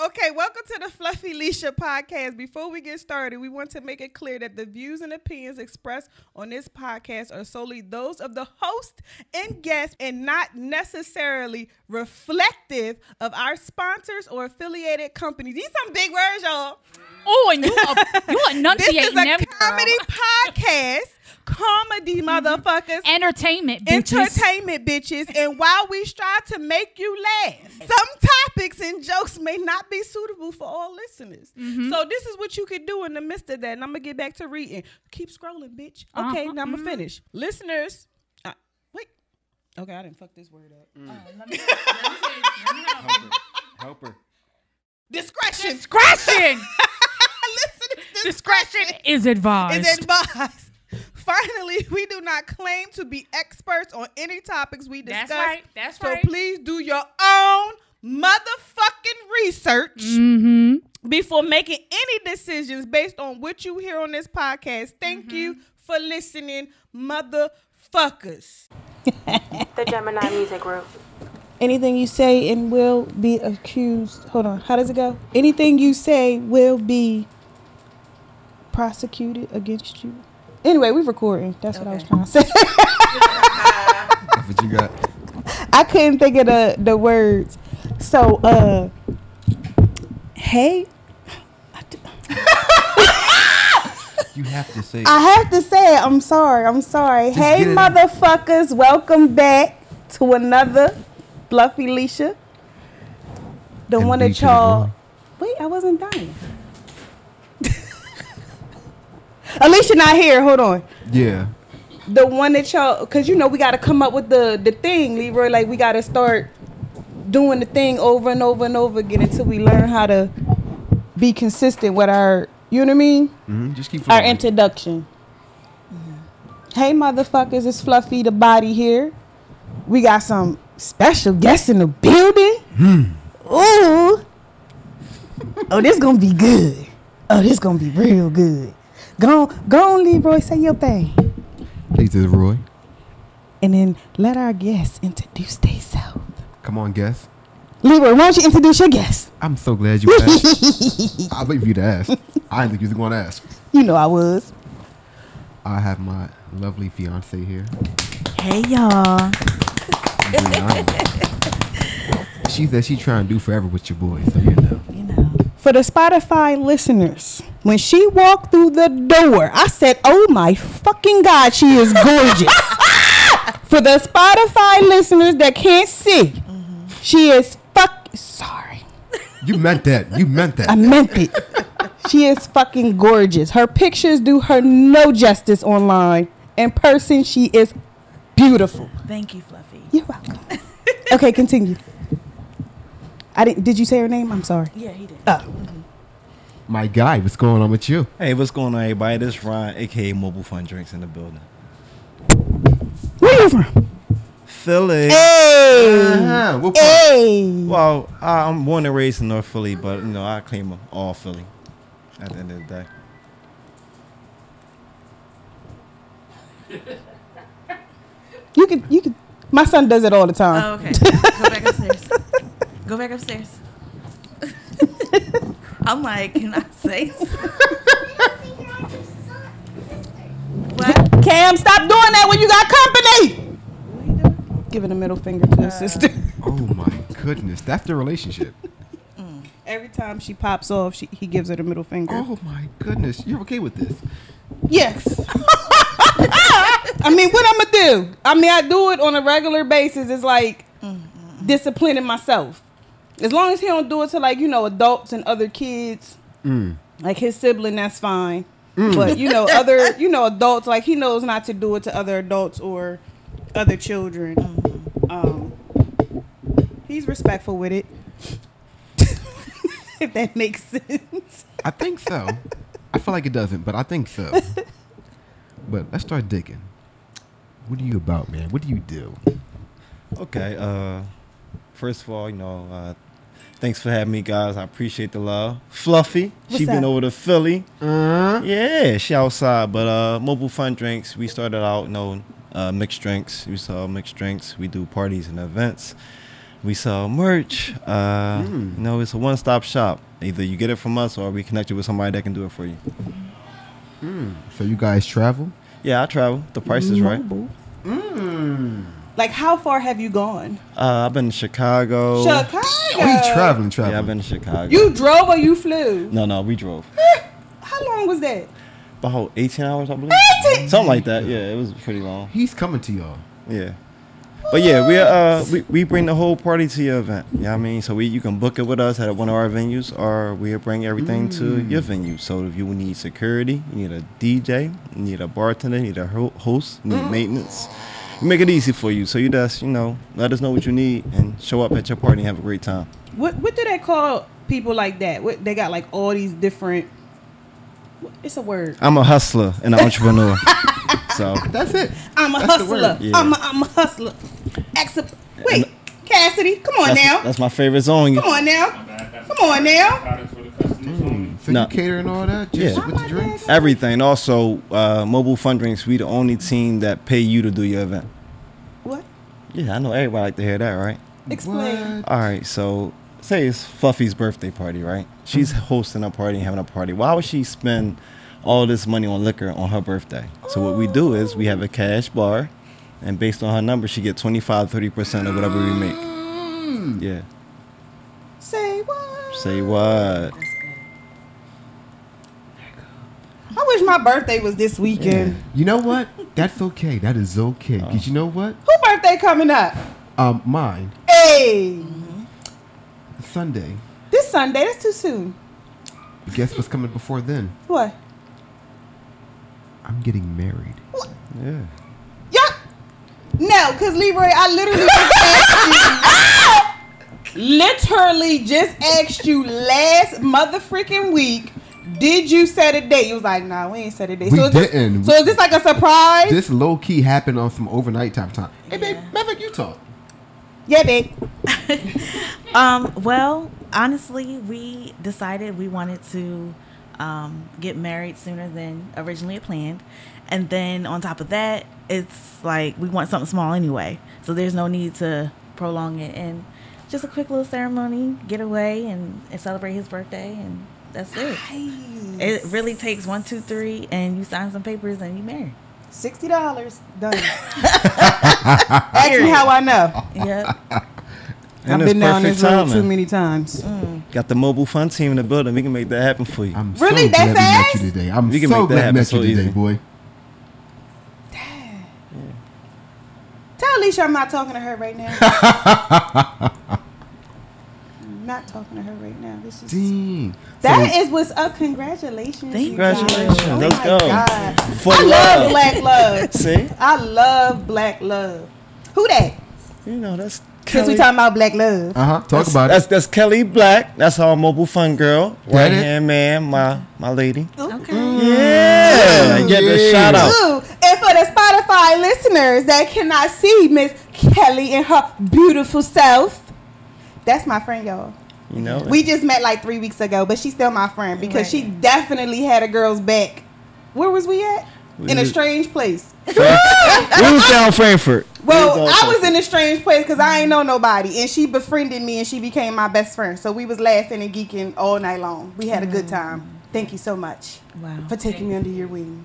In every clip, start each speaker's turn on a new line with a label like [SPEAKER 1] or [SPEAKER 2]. [SPEAKER 1] Okay, welcome to the Fluffy Leisha podcast. Before we get started, we want to make it clear that the views and opinions expressed on this podcast are solely those of the host and guest and not necessarily reflective of our sponsors or affiliated companies. These some big words, y'all.
[SPEAKER 2] Oh, and you are, you
[SPEAKER 1] This
[SPEAKER 2] enunciating
[SPEAKER 1] is a
[SPEAKER 2] them,
[SPEAKER 1] comedy
[SPEAKER 2] girl.
[SPEAKER 1] podcast. Comedy motherfuckers.
[SPEAKER 2] entertainment, bitches.
[SPEAKER 1] entertainment bitches and while we strive to make you laugh some topics and jokes may not be suitable for all listeners
[SPEAKER 2] Mm-hmm.
[SPEAKER 1] so this is what you could do in the midst of that and i'm gonna get back to reading keep scrolling bitch okay
[SPEAKER 2] Uh-huh.
[SPEAKER 1] now i'm gonna finish listeners uh, wait okay i didn't fuck this word up
[SPEAKER 3] Helper. Helper.
[SPEAKER 1] discretion
[SPEAKER 2] Discretion.
[SPEAKER 1] listeners
[SPEAKER 2] Discretion is advised.
[SPEAKER 1] is advised. Finally, we do not claim to be experts on any topics we discuss.
[SPEAKER 2] That's right. That's
[SPEAKER 1] so
[SPEAKER 2] right.
[SPEAKER 1] please do your own motherfucking research
[SPEAKER 2] mm-hmm.
[SPEAKER 1] before making any decisions based on what you hear on this podcast. Thank
[SPEAKER 2] Mm-hmm.
[SPEAKER 1] you for listening, motherfuckers.
[SPEAKER 4] The Gemini Music Group.
[SPEAKER 1] Anything you say and will be accused. Hold on. How does it go? Anything you say will be prosecuted against you. Anyway, we're recording. That's what I was trying to say.
[SPEAKER 3] That's what you got.
[SPEAKER 1] I couldn't think of the, the words. So, uh, hey,
[SPEAKER 3] You have to say.
[SPEAKER 1] I have to say it. I'm sorry. I'm sorry. hey,
[SPEAKER 3] get it out.
[SPEAKER 1] motherfuckers. Welcome back to another Bluffy Leisha. The
[SPEAKER 3] And
[SPEAKER 1] one
[SPEAKER 3] beat
[SPEAKER 1] that
[SPEAKER 3] you to the
[SPEAKER 1] y'all.
[SPEAKER 3] ground.
[SPEAKER 1] Wait, I wasn't done. Alicia not here. Hold on.
[SPEAKER 3] yeah.
[SPEAKER 1] the one that y'all because you know we got to come up with the the thing leroy like we got to start doing the thing over and over and over again until we learn how to be consistent with our you know what i mean
[SPEAKER 3] hmm Just keep.
[SPEAKER 1] our
[SPEAKER 3] flowing.
[SPEAKER 1] introduction hey motherfuckers it's fluffy the body here we got some special guests in the building ooh oh this gonna be good oh this gonna be real good go on go on leroy say your thing
[SPEAKER 3] This is Roy.
[SPEAKER 1] and then let our guests introduce themselves.
[SPEAKER 3] Come on, guess.
[SPEAKER 1] Leroy, why don't you introduce your guests?
[SPEAKER 3] I'm so glad you asked. I wait for you to ask. I didn't think you was going to ask.
[SPEAKER 1] You know I was.
[SPEAKER 3] I have my lovely fiance here.
[SPEAKER 5] Hey y'all.
[SPEAKER 3] she said she trying to do forever with your boy, so you know.
[SPEAKER 5] You know.
[SPEAKER 1] For the Spotify listeners, when she walked through the door, I said, Oh my fucking God, she is gorgeous. For the Spotify listeners that can't see, she is fuck sorry.
[SPEAKER 3] You meant that. You meant that.
[SPEAKER 1] I meant it. she is fucking gorgeous. Her pictures do her no justice online. In person, she is beautiful.
[SPEAKER 5] Thank you, Fluffy.
[SPEAKER 1] You're welcome. okay, continue. I didn't. Did you say her name? I'm sorry.
[SPEAKER 5] Yeah, he did.
[SPEAKER 3] my guy, what's going on with you?
[SPEAKER 6] Hey, what's going on, everybody? This is Ron, aka Mobile Fun Drinks in the building.
[SPEAKER 1] Where you from?
[SPEAKER 6] Philly. Uh-huh.
[SPEAKER 1] Hey,
[SPEAKER 3] Ah, what part?
[SPEAKER 1] hey.
[SPEAKER 6] Well, I- I'm born and raised in North Philly, but you know I claim all Philly. At the end of the day,
[SPEAKER 1] You could. You could. My son does it all the time.
[SPEAKER 5] Oh, okay. Go back upstairs. Go back upstairs. I'm like, can I say something? What?
[SPEAKER 1] Cam, stop doing that when you got company. Giving a middle finger to his sister.
[SPEAKER 3] Oh my goodness, that's the relationship.
[SPEAKER 1] Every time she pops off, she, he gives her the middle finger.
[SPEAKER 3] Oh my goodness, you're okay with this?
[SPEAKER 1] Yes. I mean, what I'm gonna do? I mean, I do it on a regular basis. It's like disciplining myself. As long as he don't do it to like you know adults and other kids, like his sibling, that's fine. But you know other you know adults, like he knows not to do it to other adults or other children. Um, he's respectful with it. if that makes sense.
[SPEAKER 3] I think so. I feel like it doesn't, but I think so. but let's start digging. What are you about, man? What do you do?
[SPEAKER 6] okay. Uh, first of all, you know, uh, thanks for having me, guys. I appreciate the love. Fluffy, she
[SPEAKER 1] What's
[SPEAKER 6] been
[SPEAKER 1] up?
[SPEAKER 6] over to Philly.
[SPEAKER 3] Uh,
[SPEAKER 6] Yeah, she outside. But uh, Mobile Fun Drinks, we started out, you know, uh, mixed drinks. We sell mixed drinks. We do parties and events. We sell merch. Uh, You know, it's a one stop shop. Either you get it from us or we connect you with somebody that can do it for you.
[SPEAKER 3] So you guys travel?
[SPEAKER 6] Yeah, I travel. The price is right.
[SPEAKER 1] Like, how far have you gone?
[SPEAKER 6] Uh, I've been to Chicago.
[SPEAKER 1] Chicago.
[SPEAKER 3] We traveling,
[SPEAKER 6] Yeah, I've
[SPEAKER 3] traveling.
[SPEAKER 6] been to Chicago.
[SPEAKER 1] You drove or you flew?
[SPEAKER 6] No, no, we drove.
[SPEAKER 1] How long was that?
[SPEAKER 6] About 18 hours, I believe. Something like that. Yeah, it was pretty long.
[SPEAKER 3] He's coming to y'all.
[SPEAKER 6] Yeah. But yeah, we uh we, we bring the whole party to your event. Yeah, you know what I mean, so we you can book it with us at one of our venues, or we'll bring everything to
[SPEAKER 1] Mm.
[SPEAKER 6] your venue. So if you need security, you need a DJ, you need a bartender, you need a ho- host, you
[SPEAKER 1] Mm.
[SPEAKER 6] need maintenance. We make it easy for you. So you just you know let us know what you need and show up at your party and have a great time.
[SPEAKER 1] What What do they call people like that? What they got like all these different. It's a word.
[SPEAKER 6] I'm a hustler and an entrepreneur. so
[SPEAKER 3] That's it.
[SPEAKER 1] I'm a
[SPEAKER 3] That's the
[SPEAKER 1] hustler.
[SPEAKER 3] word.
[SPEAKER 6] Yeah.
[SPEAKER 1] I'm, a, I'm a hustler. Except, wait, Cassidy, come on
[SPEAKER 6] that's,
[SPEAKER 1] now.
[SPEAKER 6] that's my favorite zone.
[SPEAKER 1] Come on now. Come on now.
[SPEAKER 3] So
[SPEAKER 6] No.
[SPEAKER 3] you cater and all that? Just
[SPEAKER 6] Yeah.
[SPEAKER 3] with the drinks?
[SPEAKER 6] Everything. Also, uh, mobile fund drinks. We the only team that pay you to do your event.
[SPEAKER 1] What?
[SPEAKER 6] Yeah, I know everybody like to hear that, right?
[SPEAKER 1] Explain.
[SPEAKER 3] What?
[SPEAKER 6] All right, so say it's Fluffy's birthday party, right? She's
[SPEAKER 1] Mm-hmm.
[SPEAKER 6] hosting a party and having a party. Why would she spend all this money on liquor on her birthday? So what we do is we have a cash bar, and based on her number, she get 25, 30 percent of whatever we make.
[SPEAKER 1] Mm.
[SPEAKER 6] Yeah.
[SPEAKER 1] Say what?
[SPEAKER 6] Say what?
[SPEAKER 5] That's good.
[SPEAKER 1] I wish my birthday was this weekend.
[SPEAKER 3] You know what? That's okay. That is okay.
[SPEAKER 6] Uh.
[SPEAKER 3] Because you know what?
[SPEAKER 1] Who birthday coming up?
[SPEAKER 3] Um, mine,
[SPEAKER 1] Hey,
[SPEAKER 3] Sunday.
[SPEAKER 1] this Sunday. That's too soon.
[SPEAKER 3] Guess what's coming before then?
[SPEAKER 1] What?
[SPEAKER 3] I'm getting married.
[SPEAKER 6] Yeah.
[SPEAKER 1] Yup. No, cause Leroy, I literally just asked you. Literally just asked you last motherfucking week. Did you set a date? You was like, nah, we ain't set a date.
[SPEAKER 3] We
[SPEAKER 1] so is
[SPEAKER 3] didn't.
[SPEAKER 1] This, so is this like a surprise?
[SPEAKER 3] This low key happened on some overnight type time. Hey, babe,
[SPEAKER 5] Yeah.
[SPEAKER 3] Maverick, you talk.
[SPEAKER 1] yeah, babe.
[SPEAKER 5] Um, well, honestly, we decided we wanted to um, get married sooner than originally planned. And then on top of that, it's like we want something small anyway. So there's no need to prolong it. And just a quick little ceremony, get away and, and celebrate his birthday. And that's it. It really takes one, two, three, and you sign some papers and you marry.
[SPEAKER 1] Sixty dollars done. Ask me how I know.
[SPEAKER 5] Yep.
[SPEAKER 6] And
[SPEAKER 1] I've
[SPEAKER 6] it's
[SPEAKER 1] been down
[SPEAKER 6] perfect
[SPEAKER 1] this road too
[SPEAKER 6] timing.
[SPEAKER 1] many times.
[SPEAKER 6] Got the mobile fun team in the building. We can make that happen for you.
[SPEAKER 3] I'm
[SPEAKER 1] Really,
[SPEAKER 3] so
[SPEAKER 1] that
[SPEAKER 3] glad we
[SPEAKER 1] fast?
[SPEAKER 3] met you today. I'm
[SPEAKER 6] We can
[SPEAKER 3] so
[SPEAKER 6] make
[SPEAKER 3] glad
[SPEAKER 6] that
[SPEAKER 3] we
[SPEAKER 6] happen
[SPEAKER 3] met
[SPEAKER 6] so
[SPEAKER 3] you today,
[SPEAKER 6] easy.
[SPEAKER 3] boy.
[SPEAKER 1] Tell Alicia I'm not talking to her right now. I'm not talking to her right now. This is
[SPEAKER 3] Dang.
[SPEAKER 1] that is what's up. Congratulations. you guys.
[SPEAKER 6] Congratulations.
[SPEAKER 1] Oh
[SPEAKER 6] Let's
[SPEAKER 1] my
[SPEAKER 6] go.
[SPEAKER 1] God.
[SPEAKER 6] For
[SPEAKER 1] I love
[SPEAKER 6] love.
[SPEAKER 1] black love.
[SPEAKER 6] See?
[SPEAKER 1] I love black love. Who that?
[SPEAKER 6] You know that's.
[SPEAKER 1] Since we
[SPEAKER 6] Kelly.
[SPEAKER 1] talking about black love.
[SPEAKER 3] Uh huh. Talk
[SPEAKER 6] that's,
[SPEAKER 3] about
[SPEAKER 6] that's, That's Kelly Black. That's our mobile fun girl.
[SPEAKER 3] That
[SPEAKER 6] Right
[SPEAKER 3] it?
[SPEAKER 6] hand man, my my lady.
[SPEAKER 5] Okay.
[SPEAKER 6] Mm. Yeah, yeah.
[SPEAKER 3] Yeah.
[SPEAKER 6] The shout out.
[SPEAKER 1] Ooh, and for the Spotify listeners that cannot see Miss Kelly and her beautiful self, that's my friend, y'all.
[SPEAKER 6] You know,
[SPEAKER 1] We just met like three weeks ago, but she's still my friend because she
[SPEAKER 5] Right.
[SPEAKER 1] definitely had a girl's back. Where was we at? In a
[SPEAKER 6] was-
[SPEAKER 1] strange place.
[SPEAKER 6] we was down Frankfurt. We
[SPEAKER 1] Well,
[SPEAKER 6] down
[SPEAKER 1] I was
[SPEAKER 6] Frankfurt.
[SPEAKER 1] in a strange place because I ain't know nobody, and she befriended me, and she became my best friend. So we was laughing and geeking all night long. We had a good time. Thank you so much
[SPEAKER 5] Wow.
[SPEAKER 1] for taking me under your wing.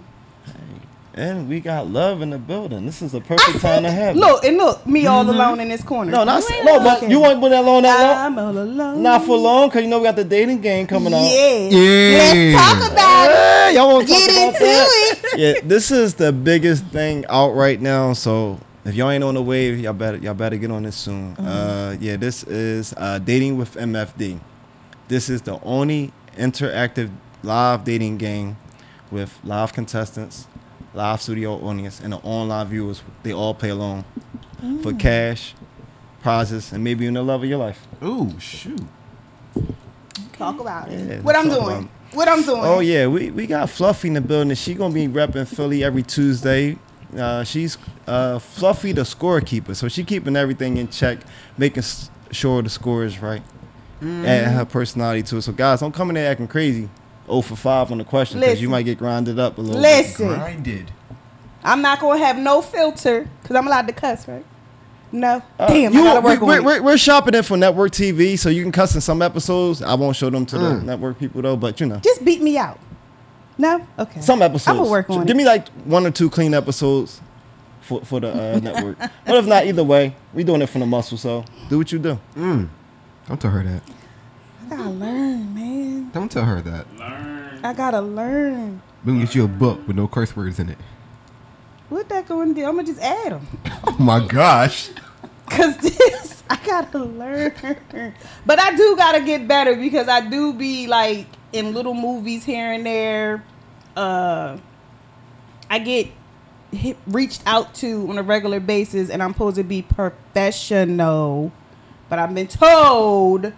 [SPEAKER 6] and we got love in the building. This is the perfect time to have. it.
[SPEAKER 1] Look and look, me all alone in this corner.
[SPEAKER 6] Mm-hmm. no, not no, but you won't put that long, that
[SPEAKER 1] I'm all alone.
[SPEAKER 6] long, not for long, cause you know we got the dating game coming
[SPEAKER 1] Yeah.
[SPEAKER 6] up.
[SPEAKER 3] Yeah.
[SPEAKER 1] Let's talk about it.
[SPEAKER 6] Hey, y'all want to
[SPEAKER 1] Get into it.
[SPEAKER 6] yeah, this is the biggest thing out right now. So if y'all ain't on the wave, y'all better y'all better get on this soon.
[SPEAKER 1] Mm-hmm.
[SPEAKER 6] Uh, yeah, this is uh, dating with MFD. This is the only interactive live dating game with live contestants, live studio audience, and the online viewers. They all play along for
[SPEAKER 1] Mm.
[SPEAKER 6] cash, prizes, and maybe in the love of your life.
[SPEAKER 3] it. Ooh, shoot.
[SPEAKER 1] Talk about it.
[SPEAKER 6] Yeah,
[SPEAKER 1] what I'm
[SPEAKER 6] talk about
[SPEAKER 1] doing.
[SPEAKER 6] it.
[SPEAKER 1] What I'm doing.
[SPEAKER 6] Oh yeah, we, we got Fluffy in the building. She gonna be repping Philly every Tuesday. Uh, she's uh, Fluffy the scorekeeper, so she keeping everything in check, making s- sure the score is right,
[SPEAKER 1] Mm-hmm.
[SPEAKER 6] and her personality too. So guys, don't come in there acting crazy. 0 for five on the question because you
[SPEAKER 1] Listen.
[SPEAKER 6] might get grinded up a little. bit.
[SPEAKER 1] Listen,
[SPEAKER 3] Grinded.
[SPEAKER 1] I'm not gonna have no filter because I'm allowed to cuss, right? No. Damn, I gotta
[SPEAKER 6] Uh, You, we,
[SPEAKER 1] work
[SPEAKER 6] we're,
[SPEAKER 1] on it.
[SPEAKER 6] we're, we're shopping it for network TV, so you can cuss in some episodes. I won't show them to
[SPEAKER 1] Mm.
[SPEAKER 6] the network people though, but you know,
[SPEAKER 1] Just beat me out. No? Okay.
[SPEAKER 6] some episodes.
[SPEAKER 1] I'm gonna work on
[SPEAKER 6] Give
[SPEAKER 1] it.
[SPEAKER 6] me like one or two clean episodes for for the uh, network. But if not, either way, we doing it from the muscle. So do what you do.
[SPEAKER 3] Don't tell her that.
[SPEAKER 1] I gotta learn, man.
[SPEAKER 3] Don't tell her that.
[SPEAKER 1] I gotta learn.
[SPEAKER 3] We can get you a book with no curse words in it.
[SPEAKER 1] What that going to do? I'm gonna just add them.
[SPEAKER 3] Oh my gosh.
[SPEAKER 1] Cause this, I gotta learn. But I do gotta get better because I do be like in little movies here and there. Uh, I get hit, reached out to on a regular basis, and I'm supposed to be professional. But I've been told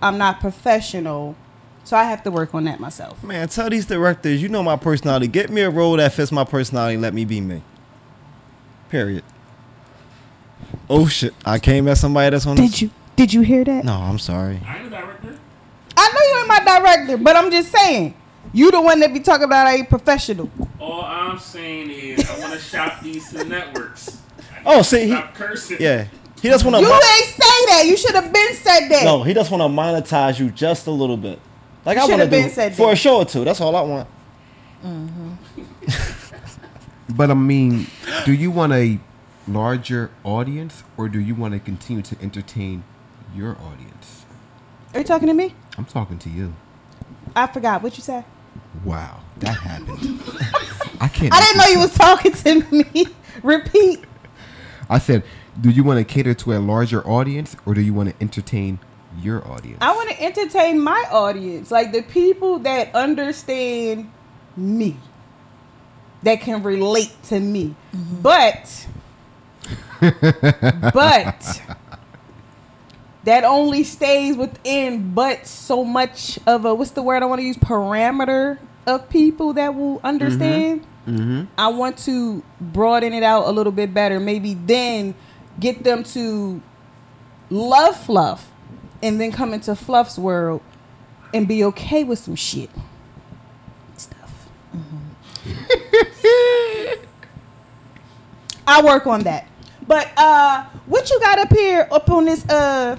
[SPEAKER 1] I'm not professional, so I have to work on that myself.
[SPEAKER 6] Man, tell these directors, you know my personality. Get me a role that fits my personality. and Let me be me. Period. Oh shit! I came at somebody that's on.
[SPEAKER 1] Did you did you hear that?
[SPEAKER 6] No, I'm sorry.
[SPEAKER 7] I'm the director.
[SPEAKER 1] I know you ain't my director, but I'm just saying you the one that be talking about I ain't professional.
[SPEAKER 7] All I'm saying is I want to shop these to the networks.
[SPEAKER 6] Oh, see, he,
[SPEAKER 7] Stop cursing.
[SPEAKER 6] yeah, he just want
[SPEAKER 1] You
[SPEAKER 6] to.
[SPEAKER 1] ain't say that. You should have been said that.
[SPEAKER 6] No, he just want to monetize you just a little bit. Like I
[SPEAKER 1] Should've
[SPEAKER 6] want to
[SPEAKER 1] been
[SPEAKER 6] do
[SPEAKER 1] said
[SPEAKER 6] for
[SPEAKER 1] that.
[SPEAKER 6] a show or two. That's all I want.
[SPEAKER 3] But I mean, do you want a larger audience or do you want to continue to entertain your audience?
[SPEAKER 1] Are you talking to me?
[SPEAKER 3] I'm talking to you.
[SPEAKER 1] I forgot what you said.
[SPEAKER 3] Wow, that happened. I can't.
[SPEAKER 1] I didn't know you was talking to me. Repeat.
[SPEAKER 3] I said, do you want to cater to a larger audience or do you want to entertain your audience?
[SPEAKER 1] I want to entertain my audience, like the people that understand me, that can relate to me. But, but that only stays within but so much of a what's the word I want to use parameter of people that will understand. I want to broaden it out a little bit better. Maybe then get them to love fluff and then come into fluff's world and be okay with some shit stuff Mm-hmm. i work on that but uh what you got up here up on this uh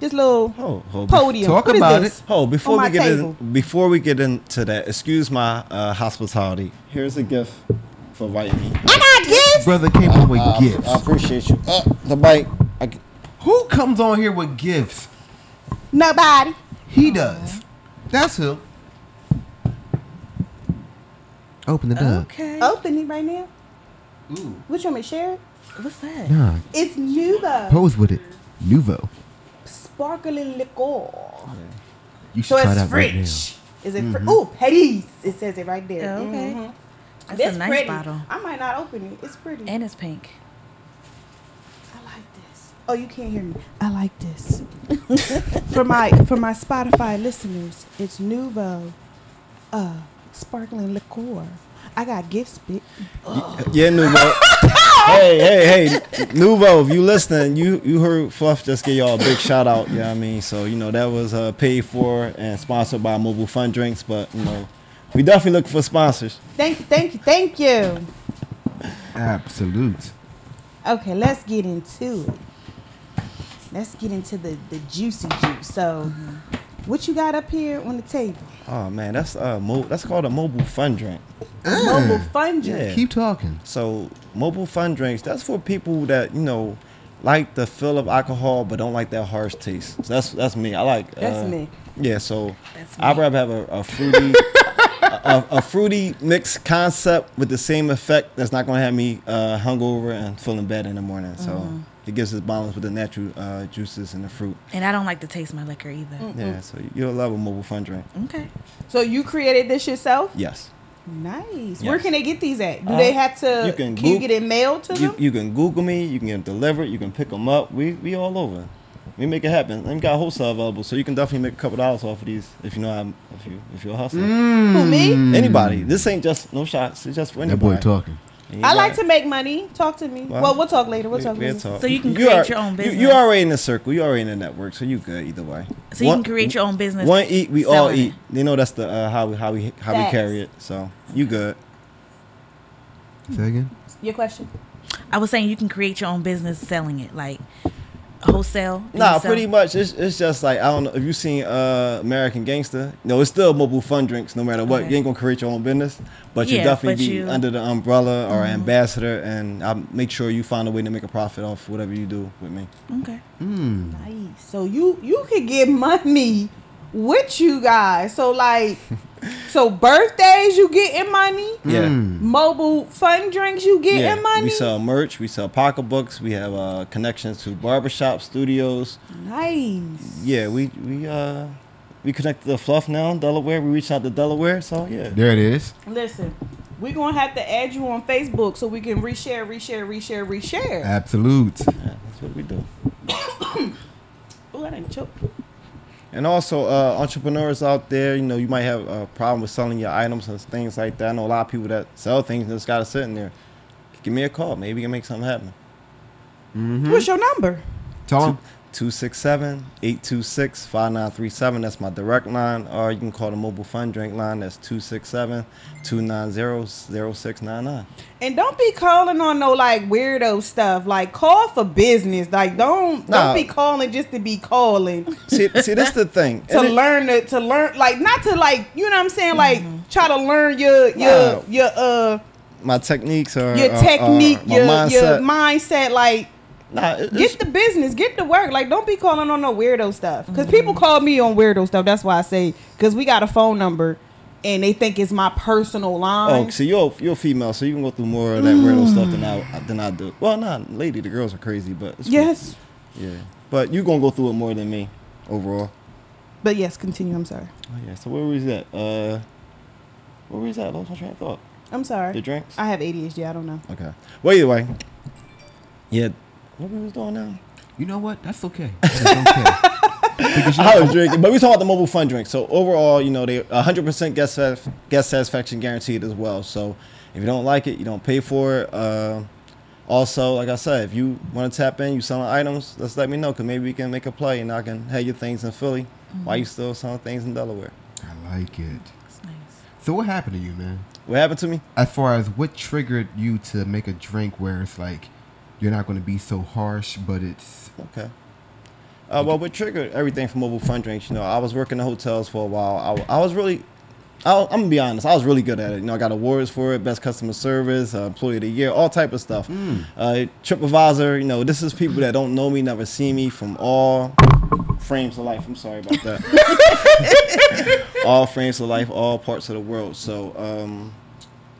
[SPEAKER 1] this little
[SPEAKER 6] Oh, oh,
[SPEAKER 1] podium
[SPEAKER 3] talk
[SPEAKER 1] What is
[SPEAKER 3] about
[SPEAKER 1] this?
[SPEAKER 3] it.
[SPEAKER 6] Oh, before
[SPEAKER 1] my
[SPEAKER 6] we get
[SPEAKER 1] table.
[SPEAKER 6] in, before we get into that, excuse my uh, hospitality. Here's a gift for inviting me.
[SPEAKER 1] i got gifts
[SPEAKER 3] Brother came up with
[SPEAKER 6] I-
[SPEAKER 3] gifts.
[SPEAKER 6] I appreciate you. Uh, the bike. I, g-
[SPEAKER 3] who comes on here with gifts?
[SPEAKER 1] nobody
[SPEAKER 3] He does. That's who. Open the door.
[SPEAKER 5] Okay.
[SPEAKER 6] Oh.
[SPEAKER 1] open it right now
[SPEAKER 3] Ooh.
[SPEAKER 1] what you want me to share it?
[SPEAKER 5] What's that?
[SPEAKER 3] Nah,
[SPEAKER 1] it's Nuva
[SPEAKER 3] pose with it. Nuvo.
[SPEAKER 1] sparkling liquor
[SPEAKER 3] You should
[SPEAKER 1] So
[SPEAKER 3] try
[SPEAKER 1] it's
[SPEAKER 3] that
[SPEAKER 1] French.
[SPEAKER 3] right now. Mm-hmm.
[SPEAKER 1] Is it French? Oh, Petty's. It says it right there.
[SPEAKER 5] Oh, okay.
[SPEAKER 1] Mhm.
[SPEAKER 5] That's
[SPEAKER 1] This
[SPEAKER 5] a nice
[SPEAKER 1] pretty.
[SPEAKER 5] bottle.
[SPEAKER 1] I might not open it. It's pretty.
[SPEAKER 5] And it's pink.
[SPEAKER 1] I like this. Oh, you can't hear me. I like this. for my for my Spotify listeners, it's Nouveau uh, sparkling liqueur. I got gifts, bit.
[SPEAKER 6] yeah, Nuvo. hey, hey, hey, Nuvo. If you listening, you you heard Fluff just give y'all a big shout out. Yeah, I mean, so you know that was uh, paid for and sponsored by Mobile Fun Drinks, but you know. We definitely looking for sponsors.
[SPEAKER 1] Thank you, thank you, thank you.
[SPEAKER 3] Absolute.
[SPEAKER 1] Okay, let's get into it. Let's get into the the juicy juice. So, what you got up here on the table?
[SPEAKER 6] Oh man, that's uh, mo- that's called a mobile fun drink.
[SPEAKER 1] Mobile fun drink.
[SPEAKER 6] Yeah.
[SPEAKER 3] Keep talking.
[SPEAKER 6] So mobile fun drinks, that's for people that, you know, like the feel of alcohol but don't like that harsh taste. So that's that's me. I like
[SPEAKER 1] That's
[SPEAKER 6] uh,
[SPEAKER 1] me.
[SPEAKER 6] Yeah, so
[SPEAKER 5] That's
[SPEAKER 6] I'd
[SPEAKER 5] me.
[SPEAKER 6] rather have a, a fruity a, a fruity mixed concept with the same effect that's not gonna have me uh hungover and feeling bad in the morning. So it gives us balance with the natural uh, juices and the fruit.
[SPEAKER 5] And I don't like to taste my liquor either.
[SPEAKER 6] Yeah, so you'll love a mobile fun drink.
[SPEAKER 5] Okay.
[SPEAKER 1] So you created this yourself?
[SPEAKER 6] Yes.
[SPEAKER 1] Nice. Where
[SPEAKER 6] Yes.
[SPEAKER 1] can they get these at? Do
[SPEAKER 6] Uh,
[SPEAKER 1] they have to?
[SPEAKER 6] you
[SPEAKER 1] You
[SPEAKER 6] can
[SPEAKER 1] can, you
[SPEAKER 6] Goog-
[SPEAKER 1] get it mailed to
[SPEAKER 6] You,
[SPEAKER 1] them?
[SPEAKER 6] you can Google me. You can get them delivered. You can pick them up. We we all over. We make it happen. And we got wholesale available, so you can definitely make a couple dollars off of these if you know how if you if you're hustling.
[SPEAKER 5] Mm.
[SPEAKER 1] Who
[SPEAKER 6] Mm.
[SPEAKER 1] me?
[SPEAKER 6] Anybody. This ain't just no shots. It's just for
[SPEAKER 3] That
[SPEAKER 6] anybody.
[SPEAKER 3] boy talking.
[SPEAKER 1] I like to make money. Talk to me.
[SPEAKER 6] Well,
[SPEAKER 1] Well, we'll talk later. We'll talk later.
[SPEAKER 5] So you can create your own
[SPEAKER 6] You,
[SPEAKER 5] business.
[SPEAKER 6] are already in the circle. You're already in the network, so you good either way.
[SPEAKER 5] So you can create your own business
[SPEAKER 6] One eat, we all
[SPEAKER 5] selling it.
[SPEAKER 6] eat. You know that's the uh, how we how we how
[SPEAKER 1] Facts.
[SPEAKER 6] we carry it. So you good.
[SPEAKER 3] Say again.
[SPEAKER 1] Your question.
[SPEAKER 5] I was saying you can create your own business selling it, like wholesale. do you
[SPEAKER 6] Nah,
[SPEAKER 5] sell-
[SPEAKER 6] pretty much. It's, it's just like I don't know if you seen uh, American Gangster. No, it's still mobile fun drinks. No matter what,
[SPEAKER 5] Okay.
[SPEAKER 6] you ain't gonna create your own business, but you
[SPEAKER 5] Yeah,
[SPEAKER 6] definitely
[SPEAKER 5] but
[SPEAKER 6] be
[SPEAKER 5] you- Mm-hmm.
[SPEAKER 6] under the umbrella or ambassador, and I make sure you find a way to make a profit off whatever you do with me.
[SPEAKER 5] Okay.
[SPEAKER 1] Nice. So you you could get money with you guys. So like, so birthdays you getting money.
[SPEAKER 6] Yeah.
[SPEAKER 1] Mm. Mobile fun drinks you getting
[SPEAKER 6] Hmm. Yeah,
[SPEAKER 1] money.
[SPEAKER 6] we sell merch, we sell pocketbooks, we have uh, connections to barbershop studios.
[SPEAKER 1] nice.
[SPEAKER 6] Yeah, we we uh we connect to the fluff now, Delaware. We reached out to Delaware, so yeah.
[SPEAKER 3] There it is.
[SPEAKER 1] Listen, we're gonna have to add you on Facebook so we can reshare, reshare, reshare, reshare.
[SPEAKER 3] Absolute.
[SPEAKER 6] Yeah, that's what we do. Uh,
[SPEAKER 1] Ooh, I done choked.
[SPEAKER 6] hmm? And also, uh, entrepreneurs out there, you know, you might have a problem with selling your items and things like that. I know a lot of people that sell things and just got to sit in there. Give me a call. Maybe we can make something happen.
[SPEAKER 1] What's your number?
[SPEAKER 3] Tell him.
[SPEAKER 6] 267 826 5937. That's my direct line. Or you can call the mobile fund drink line. That's 267 290 0699.
[SPEAKER 1] And don't be calling on no like weirdo stuff. Like call for business. Like don't
[SPEAKER 6] Nah.
[SPEAKER 1] don't be calling just to be calling.
[SPEAKER 6] See, see, that's the thing.
[SPEAKER 1] to
[SPEAKER 6] And it-
[SPEAKER 1] learn to, to learn like not to like you know what I'm saying like
[SPEAKER 6] Mm-hmm.
[SPEAKER 1] try to learn your your
[SPEAKER 6] Wow.
[SPEAKER 1] your uh
[SPEAKER 6] my techniques are
[SPEAKER 1] your
[SPEAKER 6] are- are
[SPEAKER 1] technique
[SPEAKER 6] uh, my
[SPEAKER 1] your
[SPEAKER 6] mindset.
[SPEAKER 1] your mindset like
[SPEAKER 6] nah, it- it's-
[SPEAKER 1] get the business get the work like don't be calling on no weirdo stuff because
[SPEAKER 6] Mm-hmm.
[SPEAKER 1] people call me on weirdo stuff that's why I say because we got a phone number and they think it's my personal line
[SPEAKER 6] Oh, so you're you're female, so you can go through more of that weirdo stuff than I than I do. Well, not nah, lady, the girls are crazy, but it's cool.
[SPEAKER 1] yes
[SPEAKER 6] yeah. But you gonna go through it more than me overall.
[SPEAKER 1] but yes continue I'm sorry
[SPEAKER 6] Oh, yeah. So where was that? Uh, where was that? I lost my train of thought.
[SPEAKER 1] I'm sorry
[SPEAKER 6] The drinks.
[SPEAKER 1] I have ADHD I don't know
[SPEAKER 6] Okay. Well, either way. Yeah. What we was doing now?
[SPEAKER 3] You know what? That's okay. That's okay.
[SPEAKER 6] I was drinking, but we talking about the mobile fun drink. So overall, you know, they 100% guest satisf- guest satisfaction guaranteed as well. So if you don't like it, you don't pay for it. Uh, also, like I said, if you want to tap in, you selling items, just let me know because maybe we can make a play and I can have your things in Philly while you still selling things in Delaware.
[SPEAKER 3] I like it.
[SPEAKER 5] That's nice.
[SPEAKER 3] So what happened to you, man?
[SPEAKER 6] What happened to me?
[SPEAKER 3] As far as what triggered you to make a drink where it's like you're not going to be so harsh, but it's
[SPEAKER 6] Okay. Uh, well, what triggered everything from mobile fun drinks? You know, I was working in hotels for a while. I, I was really, I, I'm gonna be honest, I was really good at it. You know, I got awards for it, best customer service, uh, employee of the year, all type of stuff. Uh, TripAdvisor. You know, this is people that don't know me, never see me, from all frames of life. I'm sorry about that. all frames of life, all parts of the world. So. um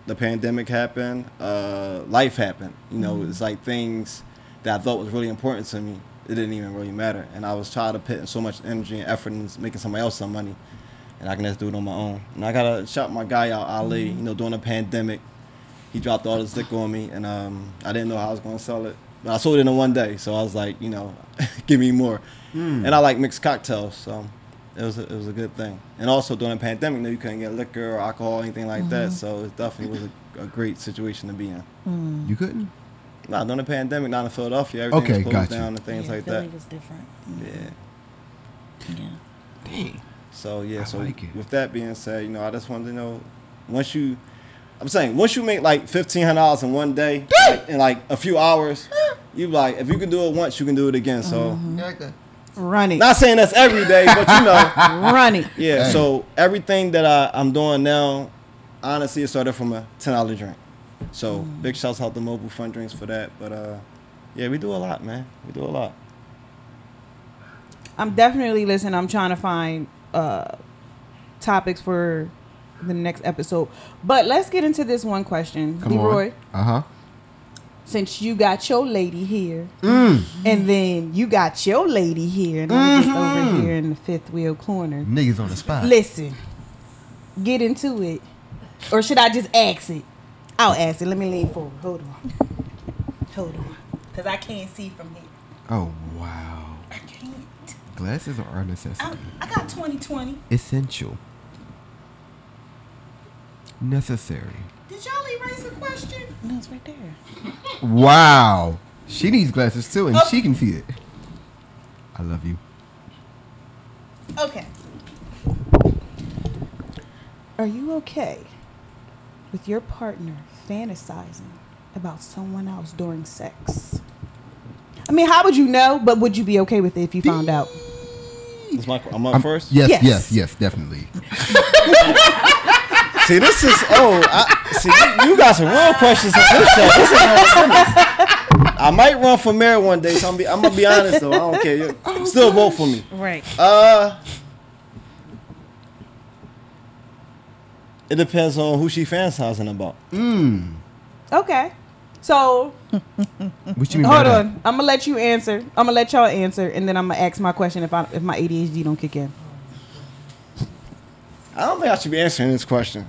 [SPEAKER 6] the pandemic happened, uh, life happened. You know, it's like things that I thought was really important to me. It didn't even really matter, and I was tired of putting so much energy and effort in making somebody else some money, and I can just do it on my own. And I gotta shout my guy out, Ali. You know, during the pandemic, he dropped all his dick on me, and um, I didn't know how I was gonna sell it. But I sold it in one day, so I was like, you know, give me more.
[SPEAKER 3] Hmm.
[SPEAKER 6] And I like mixed cocktails, so it was a, it was a good thing. And also during the pandemic, you, know, you couldn't get liquor or alcohol or anything like
[SPEAKER 3] Mm-hmm.
[SPEAKER 6] that, so it definitely was a, a great situation to be in.
[SPEAKER 3] you couldn't.
[SPEAKER 6] Nah, during the pandemic, not in Philadelphia, everything
[SPEAKER 3] Okay,
[SPEAKER 6] was closed
[SPEAKER 3] gotcha.
[SPEAKER 6] down and things
[SPEAKER 5] yeah,
[SPEAKER 6] like
[SPEAKER 5] Philly
[SPEAKER 6] that.
[SPEAKER 5] was different.
[SPEAKER 6] Yeah.
[SPEAKER 5] Yeah.
[SPEAKER 3] Dang.
[SPEAKER 6] So yeah,
[SPEAKER 3] I
[SPEAKER 6] so
[SPEAKER 3] like it.
[SPEAKER 6] with that being said, you know, I just wanted to know once you I'm saying once you make like fifteen hundred dollars in one day like, in like a few hours, you like if you can do it once, you can do it again. So
[SPEAKER 3] Mm-hmm.
[SPEAKER 1] run it
[SPEAKER 6] not saying that's every day, but you know.
[SPEAKER 1] run it
[SPEAKER 6] Yeah.
[SPEAKER 3] Hey.
[SPEAKER 6] So everything that I, I'm doing now, honestly, it started from a ten dollar drink. So big shouts out to Mobile Fun Drinks for that. But uh yeah, we do a lot, man. We do a lot.
[SPEAKER 1] I'm definitely listening. I'm trying to find uh, topics for the next episode. But let's get into this one question,
[SPEAKER 3] Come
[SPEAKER 1] Leroy.
[SPEAKER 3] on. Uh huh.
[SPEAKER 1] Since you got your lady here, and then you got your lady here, and I'm just over here in the fifth wheel corner.
[SPEAKER 3] Niggas on the spot.
[SPEAKER 1] Listen, get into it, or should I just ask it? I'll ask it. Let me lean forward. Hold on. Hold on, because I can't see from here.
[SPEAKER 3] Oh wow.
[SPEAKER 1] I can't. Um,
[SPEAKER 3] Glasses are a necessity.
[SPEAKER 1] I'm, I got 2020.
[SPEAKER 3] Essential. Necessary.
[SPEAKER 1] Did y'all erase a question?
[SPEAKER 5] No, it's right there.
[SPEAKER 3] Wow. She needs glasses too, and
[SPEAKER 1] Oh.
[SPEAKER 3] she can see it. I love you.
[SPEAKER 1] Okay. Are you okay with your partner fantasizing about someone else during sex? I mean, how would you know? But would you be okay with it if you found out?
[SPEAKER 6] It's my, I'm up
[SPEAKER 3] I'm-
[SPEAKER 6] first.
[SPEAKER 3] Um, Yes,
[SPEAKER 1] Yes.
[SPEAKER 3] yes, yes, definitely.
[SPEAKER 6] See, this is oh, I, see, you, you got some real questions on this show. This is how- I might run for mayor one day, so I'm, be, I'm gonna be honest though. I don't care. You- Still vote for me.
[SPEAKER 5] Right.
[SPEAKER 6] Uh, it depends on who she fantasizing about.
[SPEAKER 1] Okay. So
[SPEAKER 3] What you mean? by
[SPEAKER 1] hold
[SPEAKER 3] that?
[SPEAKER 1] on. I'm gonna let you answer. I'm gonna let y'all answer, and then I'm gonna ask my question if I if my ADHD don't kick in.
[SPEAKER 6] I don't think I should be answering this question.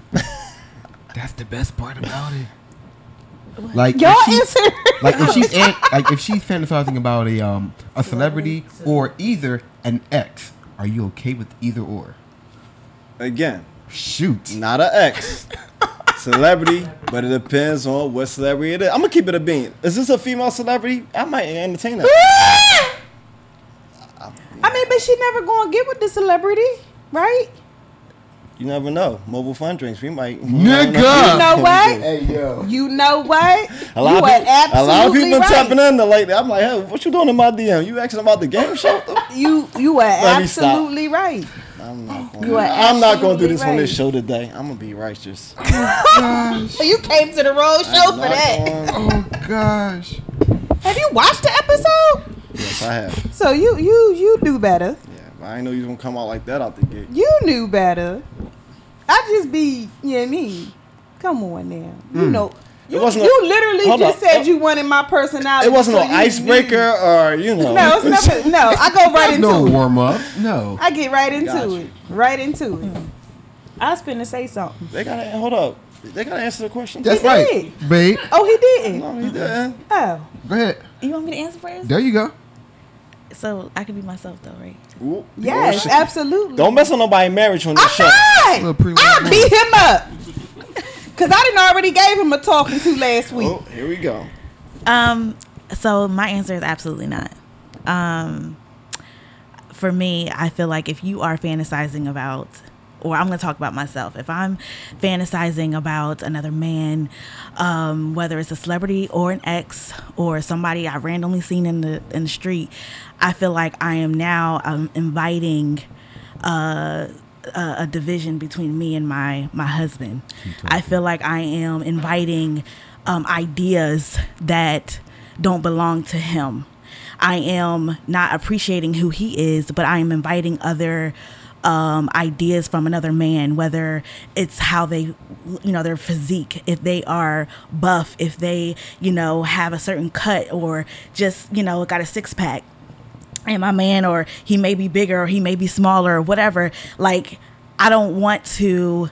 [SPEAKER 3] That's the best part about it. Like if
[SPEAKER 1] Y'all
[SPEAKER 3] she-
[SPEAKER 1] answer.
[SPEAKER 3] like if she's an, like if she's fantasizing about a um a celebrity or either an ex, are you okay with either or?
[SPEAKER 6] Again,
[SPEAKER 3] Shoot.
[SPEAKER 6] not an ex. Celebrity, but it depends on what celebrity it is. I'm gonna keep it a bean. Is this a female celebrity? I might entertain that. Ah!
[SPEAKER 1] I mean, but she never gonna get with the celebrity, right?
[SPEAKER 6] You never know. Mobile fun drinks. We might.
[SPEAKER 3] Nigga.
[SPEAKER 1] You know what?
[SPEAKER 3] Hey yo.
[SPEAKER 1] You know what?
[SPEAKER 6] A lot,
[SPEAKER 1] you are
[SPEAKER 6] of people, a lot of people
[SPEAKER 1] absolutely right.
[SPEAKER 6] tapping into like that. I'm like, hey, what you doing in my DM? You asking about the game show?
[SPEAKER 1] You you are
[SPEAKER 6] Let me stop.
[SPEAKER 1] absolutely right.
[SPEAKER 6] I'm not
[SPEAKER 1] You
[SPEAKER 6] gonna,
[SPEAKER 1] are
[SPEAKER 6] I'm not gonna do this on
[SPEAKER 1] absolutely
[SPEAKER 6] this
[SPEAKER 1] right.
[SPEAKER 6] show today. I'm gonna be righteous.
[SPEAKER 1] You came to the wrong show
[SPEAKER 6] I'm
[SPEAKER 1] for
[SPEAKER 6] not
[SPEAKER 1] that.
[SPEAKER 6] gonna-
[SPEAKER 3] Oh gosh.
[SPEAKER 1] Have you watched the episode?
[SPEAKER 6] yes, I have.
[SPEAKER 1] So you you you knew better.
[SPEAKER 6] Yeah, but I didn't know you was gonna come out like that out the gate.
[SPEAKER 1] You knew better. I just be you know what I mean. Come on now. You know you,
[SPEAKER 6] Hmm. wasn't a-
[SPEAKER 1] you literally
[SPEAKER 6] hold
[SPEAKER 1] just
[SPEAKER 6] on.
[SPEAKER 1] said
[SPEAKER 6] It-
[SPEAKER 1] you wanted my personality.
[SPEAKER 6] It wasn't
[SPEAKER 1] so
[SPEAKER 6] an
[SPEAKER 1] you
[SPEAKER 6] icebreaker
[SPEAKER 1] knew.
[SPEAKER 6] or you know.
[SPEAKER 1] No, it's never no. I go right into
[SPEAKER 3] No
[SPEAKER 1] it.
[SPEAKER 3] warm up. No.
[SPEAKER 1] I get right into
[SPEAKER 6] Got you.
[SPEAKER 1] it. Right into it. I was finna say something.
[SPEAKER 6] They gotta hold up. They gotta answer the question.
[SPEAKER 3] That's
[SPEAKER 1] He
[SPEAKER 3] right. Babe,
[SPEAKER 1] Oh, he didn't.
[SPEAKER 6] No, he didn't.
[SPEAKER 1] Oh.
[SPEAKER 3] go ahead.
[SPEAKER 5] You want me to answer first?
[SPEAKER 3] There you go.
[SPEAKER 5] So I can be myself though, right?
[SPEAKER 6] Ooh, oh,
[SPEAKER 1] Yes,
[SPEAKER 6] shit.
[SPEAKER 1] absolutely.
[SPEAKER 6] Don't mess on nobody's marriage on this show.
[SPEAKER 1] I'm
[SPEAKER 3] Little
[SPEAKER 1] not.
[SPEAKER 3] pre-warm
[SPEAKER 1] I
[SPEAKER 3] up.
[SPEAKER 1] beat him up. Cause I didn't already gave him a talking to last week.
[SPEAKER 6] Oh, here we go.
[SPEAKER 5] Um, so my answer is absolutely not. Um, for me, I feel like if you are fantasizing about, or I'm going to talk about myself, if I'm fantasizing about another man, um, whether it's a celebrity or an ex or somebody I randomly seen in the in the street, I feel like I am now um, inviting. Uh, a, a division between me and my my husband. I feel like I am inviting um, ideas that don't belong to him. I am not appreciating who he is, but I am inviting other um, ideas from another man, whether it's how they, you know, their physique, if they are buff, if they, you know, have a certain cut or just, you know, got a six pack and my man or he may be bigger or he may be smaller or whatever like i don't want to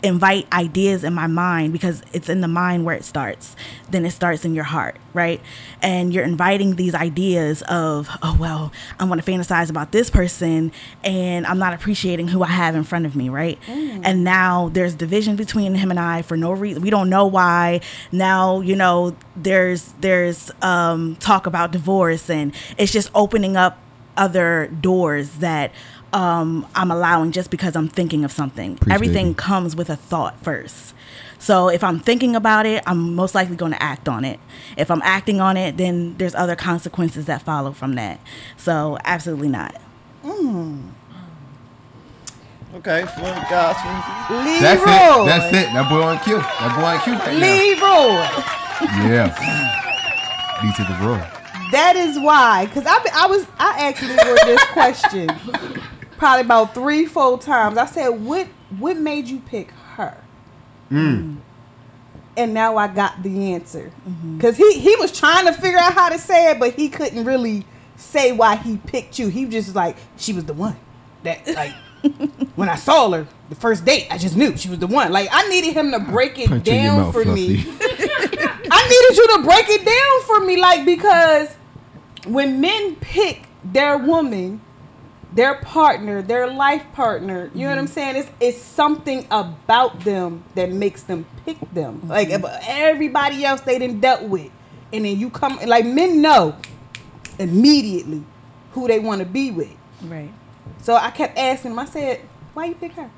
[SPEAKER 5] invite ideas in my mind because it's in the mind where it starts then it starts in your heart right and you're inviting these ideas of oh well i want to fantasize about this person and i'm not appreciating who i have in front of me right and now there's division between him and i for no reason we don't know why now you know there's there's um talk about divorce and it's just opening up other doors that um, I'm allowing just because I'm thinking of something. Everything
[SPEAKER 3] baby.
[SPEAKER 5] comes with a thought first. So if I'm thinking about it, I'm most likely going to act on it. If I'm acting on it, then there's other consequences that follow from that. So absolutely not.
[SPEAKER 6] Okay, well, guys,
[SPEAKER 1] Leroy.
[SPEAKER 3] That's it. That's it. That boy on cue. That boy on cue right now.
[SPEAKER 1] Leroy.
[SPEAKER 3] Yeah. Lead to the roar.
[SPEAKER 1] That is why. Cause I be- I was I asked Leroy this question probably about three, four times. I said, What what made you pick her?
[SPEAKER 3] Mm.
[SPEAKER 1] And now I got the answer. Cause he, he was trying to figure out how to say it, but he couldn't really say why he picked you. He was just like, She was the one. That like when I saw her the first date, I just knew she was the one. Like I needed him to break it
[SPEAKER 3] Punch in your
[SPEAKER 1] down
[SPEAKER 3] mouth,
[SPEAKER 1] for me.
[SPEAKER 3] Fluffy.
[SPEAKER 1] I needed you to break it down for me, like because when men pick their woman, their partner, their life partner, you know what I'm saying? It's it's something about them that makes them pick them. Like if everybody else they didn't dealt with, and then you come like men know immediately who they want to be with.
[SPEAKER 5] Right.
[SPEAKER 1] So I kept asking him. I said, "Why you pick her?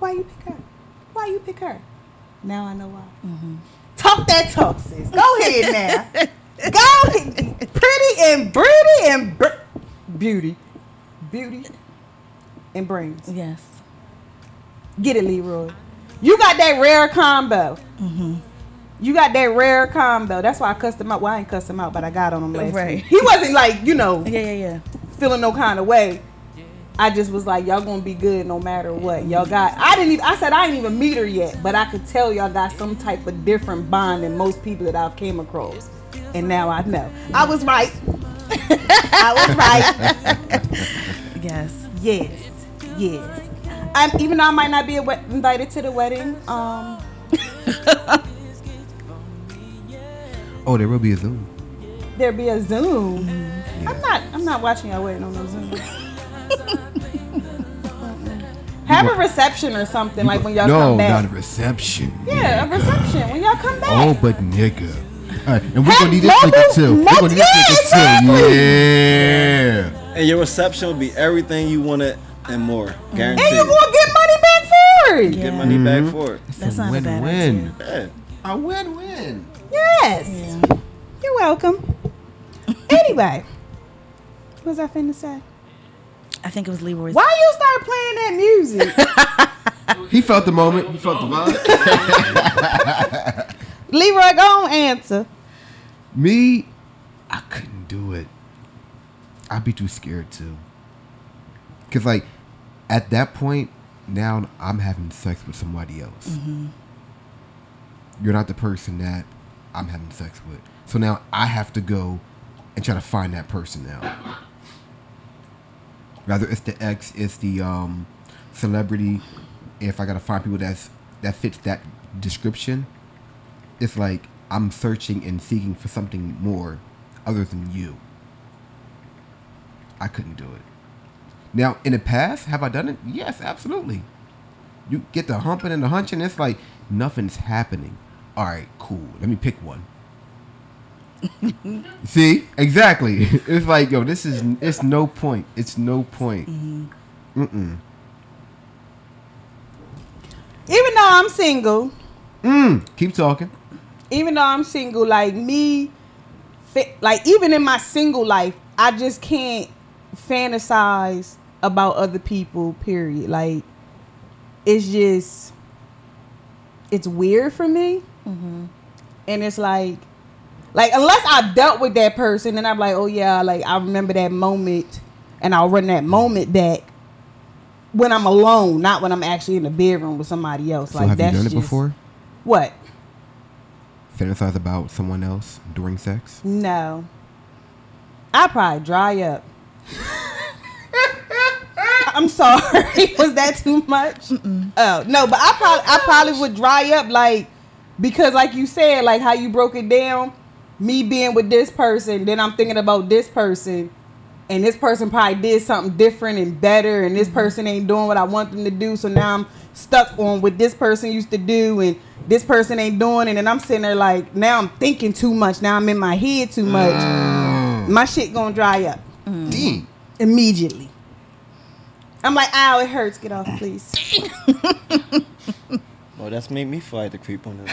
[SPEAKER 1] Why you pick her? Why you pick her?" Now I know why. Talk that talk, sis. Go ahead now. Go ahead. Pretty and pretty and br- beauty. Beauty and brains.
[SPEAKER 5] Yes.
[SPEAKER 1] Get it, Leroy. You got that rare combo. You got that rare combo. That's why I cussed him out. Well, I ain't cussed him out, but I got on him last
[SPEAKER 5] Right.
[SPEAKER 1] week. He wasn't like, you know,
[SPEAKER 5] Yeah, yeah, yeah.
[SPEAKER 1] feeling no kind of way. I just was like, y'all gonna be good no matter what. Y'all got. I didn't. Even, I said I ain't even meet her yet, but I could tell y'all got some type of different bond than most people that I've came across. And now I know. I was right. I was right.
[SPEAKER 5] Yes.
[SPEAKER 1] Yes. Yes. And even though I might not be a- invited to the wedding, um,
[SPEAKER 3] Oh, there will be a Zoom.
[SPEAKER 1] there be a Zoom. I'm not. I'm not watching y'all waiting on no Zoom. Have a reception or something like when y'all
[SPEAKER 3] no,
[SPEAKER 1] come back.
[SPEAKER 3] not a reception.
[SPEAKER 1] Yeah, a reception when y'all come back.
[SPEAKER 3] Oh, but nigga. All right, and we're
[SPEAKER 1] Hey,
[SPEAKER 3] gonna need this nigga
[SPEAKER 1] mobile-
[SPEAKER 3] too. We're gonna need this
[SPEAKER 1] yeah,
[SPEAKER 3] nigga
[SPEAKER 1] exactly.
[SPEAKER 3] too. Yeah.
[SPEAKER 6] And your reception will be everything you wanted and more. Guaranteed.
[SPEAKER 1] and you gonna get money back for it.
[SPEAKER 6] Get money back for it.
[SPEAKER 5] That's not a bad
[SPEAKER 3] win-win.
[SPEAKER 6] Yeah.
[SPEAKER 3] A win-win.
[SPEAKER 1] Yes. You're welcome. anyway, what was I finna say?
[SPEAKER 5] I think it was Leroy's.
[SPEAKER 1] Why you start playing that music?
[SPEAKER 3] He felt the moment. He felt the vibe.
[SPEAKER 1] Leroy, go on answer.
[SPEAKER 3] Me, I couldn't do it. I'd be too scared to. Cause like, at that point, now I'm having sex with somebody else. You're not the person that I'm having sex with. So now I have to go and try to find that person now. Rather, it's the ex, it's the um, celebrity. If I gotta find people that's that fits that description, it's like I'm searching and seeking for something more other than you. I couldn't do it. Now, in the past, have I done it? Yes, absolutely. You get the humping and the hunching, it's like nothing's happening. All right, cool. Let me pick one. See, exactly. It's like, yo, this is it's no point. It's no point. Mm-mm.
[SPEAKER 1] Even though I'm single,
[SPEAKER 3] Mm. Keep talking.
[SPEAKER 1] even though I'm single, like me, fa- like even in my single life, I just can't fantasize about other people. Period. Like it's just it's weird for me,
[SPEAKER 3] Mm-hmm.
[SPEAKER 1] and it's like like unless I dealt with that person, then I'm like, oh yeah, like I remember that moment, and I'll run that moment back. When I'm alone, not when I'm actually in the bedroom with somebody else.
[SPEAKER 3] So
[SPEAKER 1] like
[SPEAKER 3] have you
[SPEAKER 1] that's
[SPEAKER 3] done it
[SPEAKER 1] just,
[SPEAKER 3] before?
[SPEAKER 1] What?
[SPEAKER 3] Fantasize about someone else during sex?
[SPEAKER 1] No. I probably dry up. I'm sorry. Was that too much? Oh no, but I probably I probably would dry up like because like you said, like how you broke it down, me being with this person, then I'm thinking about this person, and this person probably did something different and better, and this person ain't doing what I want them to do, so now I'm stuck on what this person used to do and this person ain't doing it, and I'm sitting there like now I'm thinking too much, now I'm in my head too much. My shit gonna dry up
[SPEAKER 3] Dang.
[SPEAKER 1] immediately. I'm like, ow, it hurts. Get off, please.
[SPEAKER 6] Well, that's made me fight the creep on this.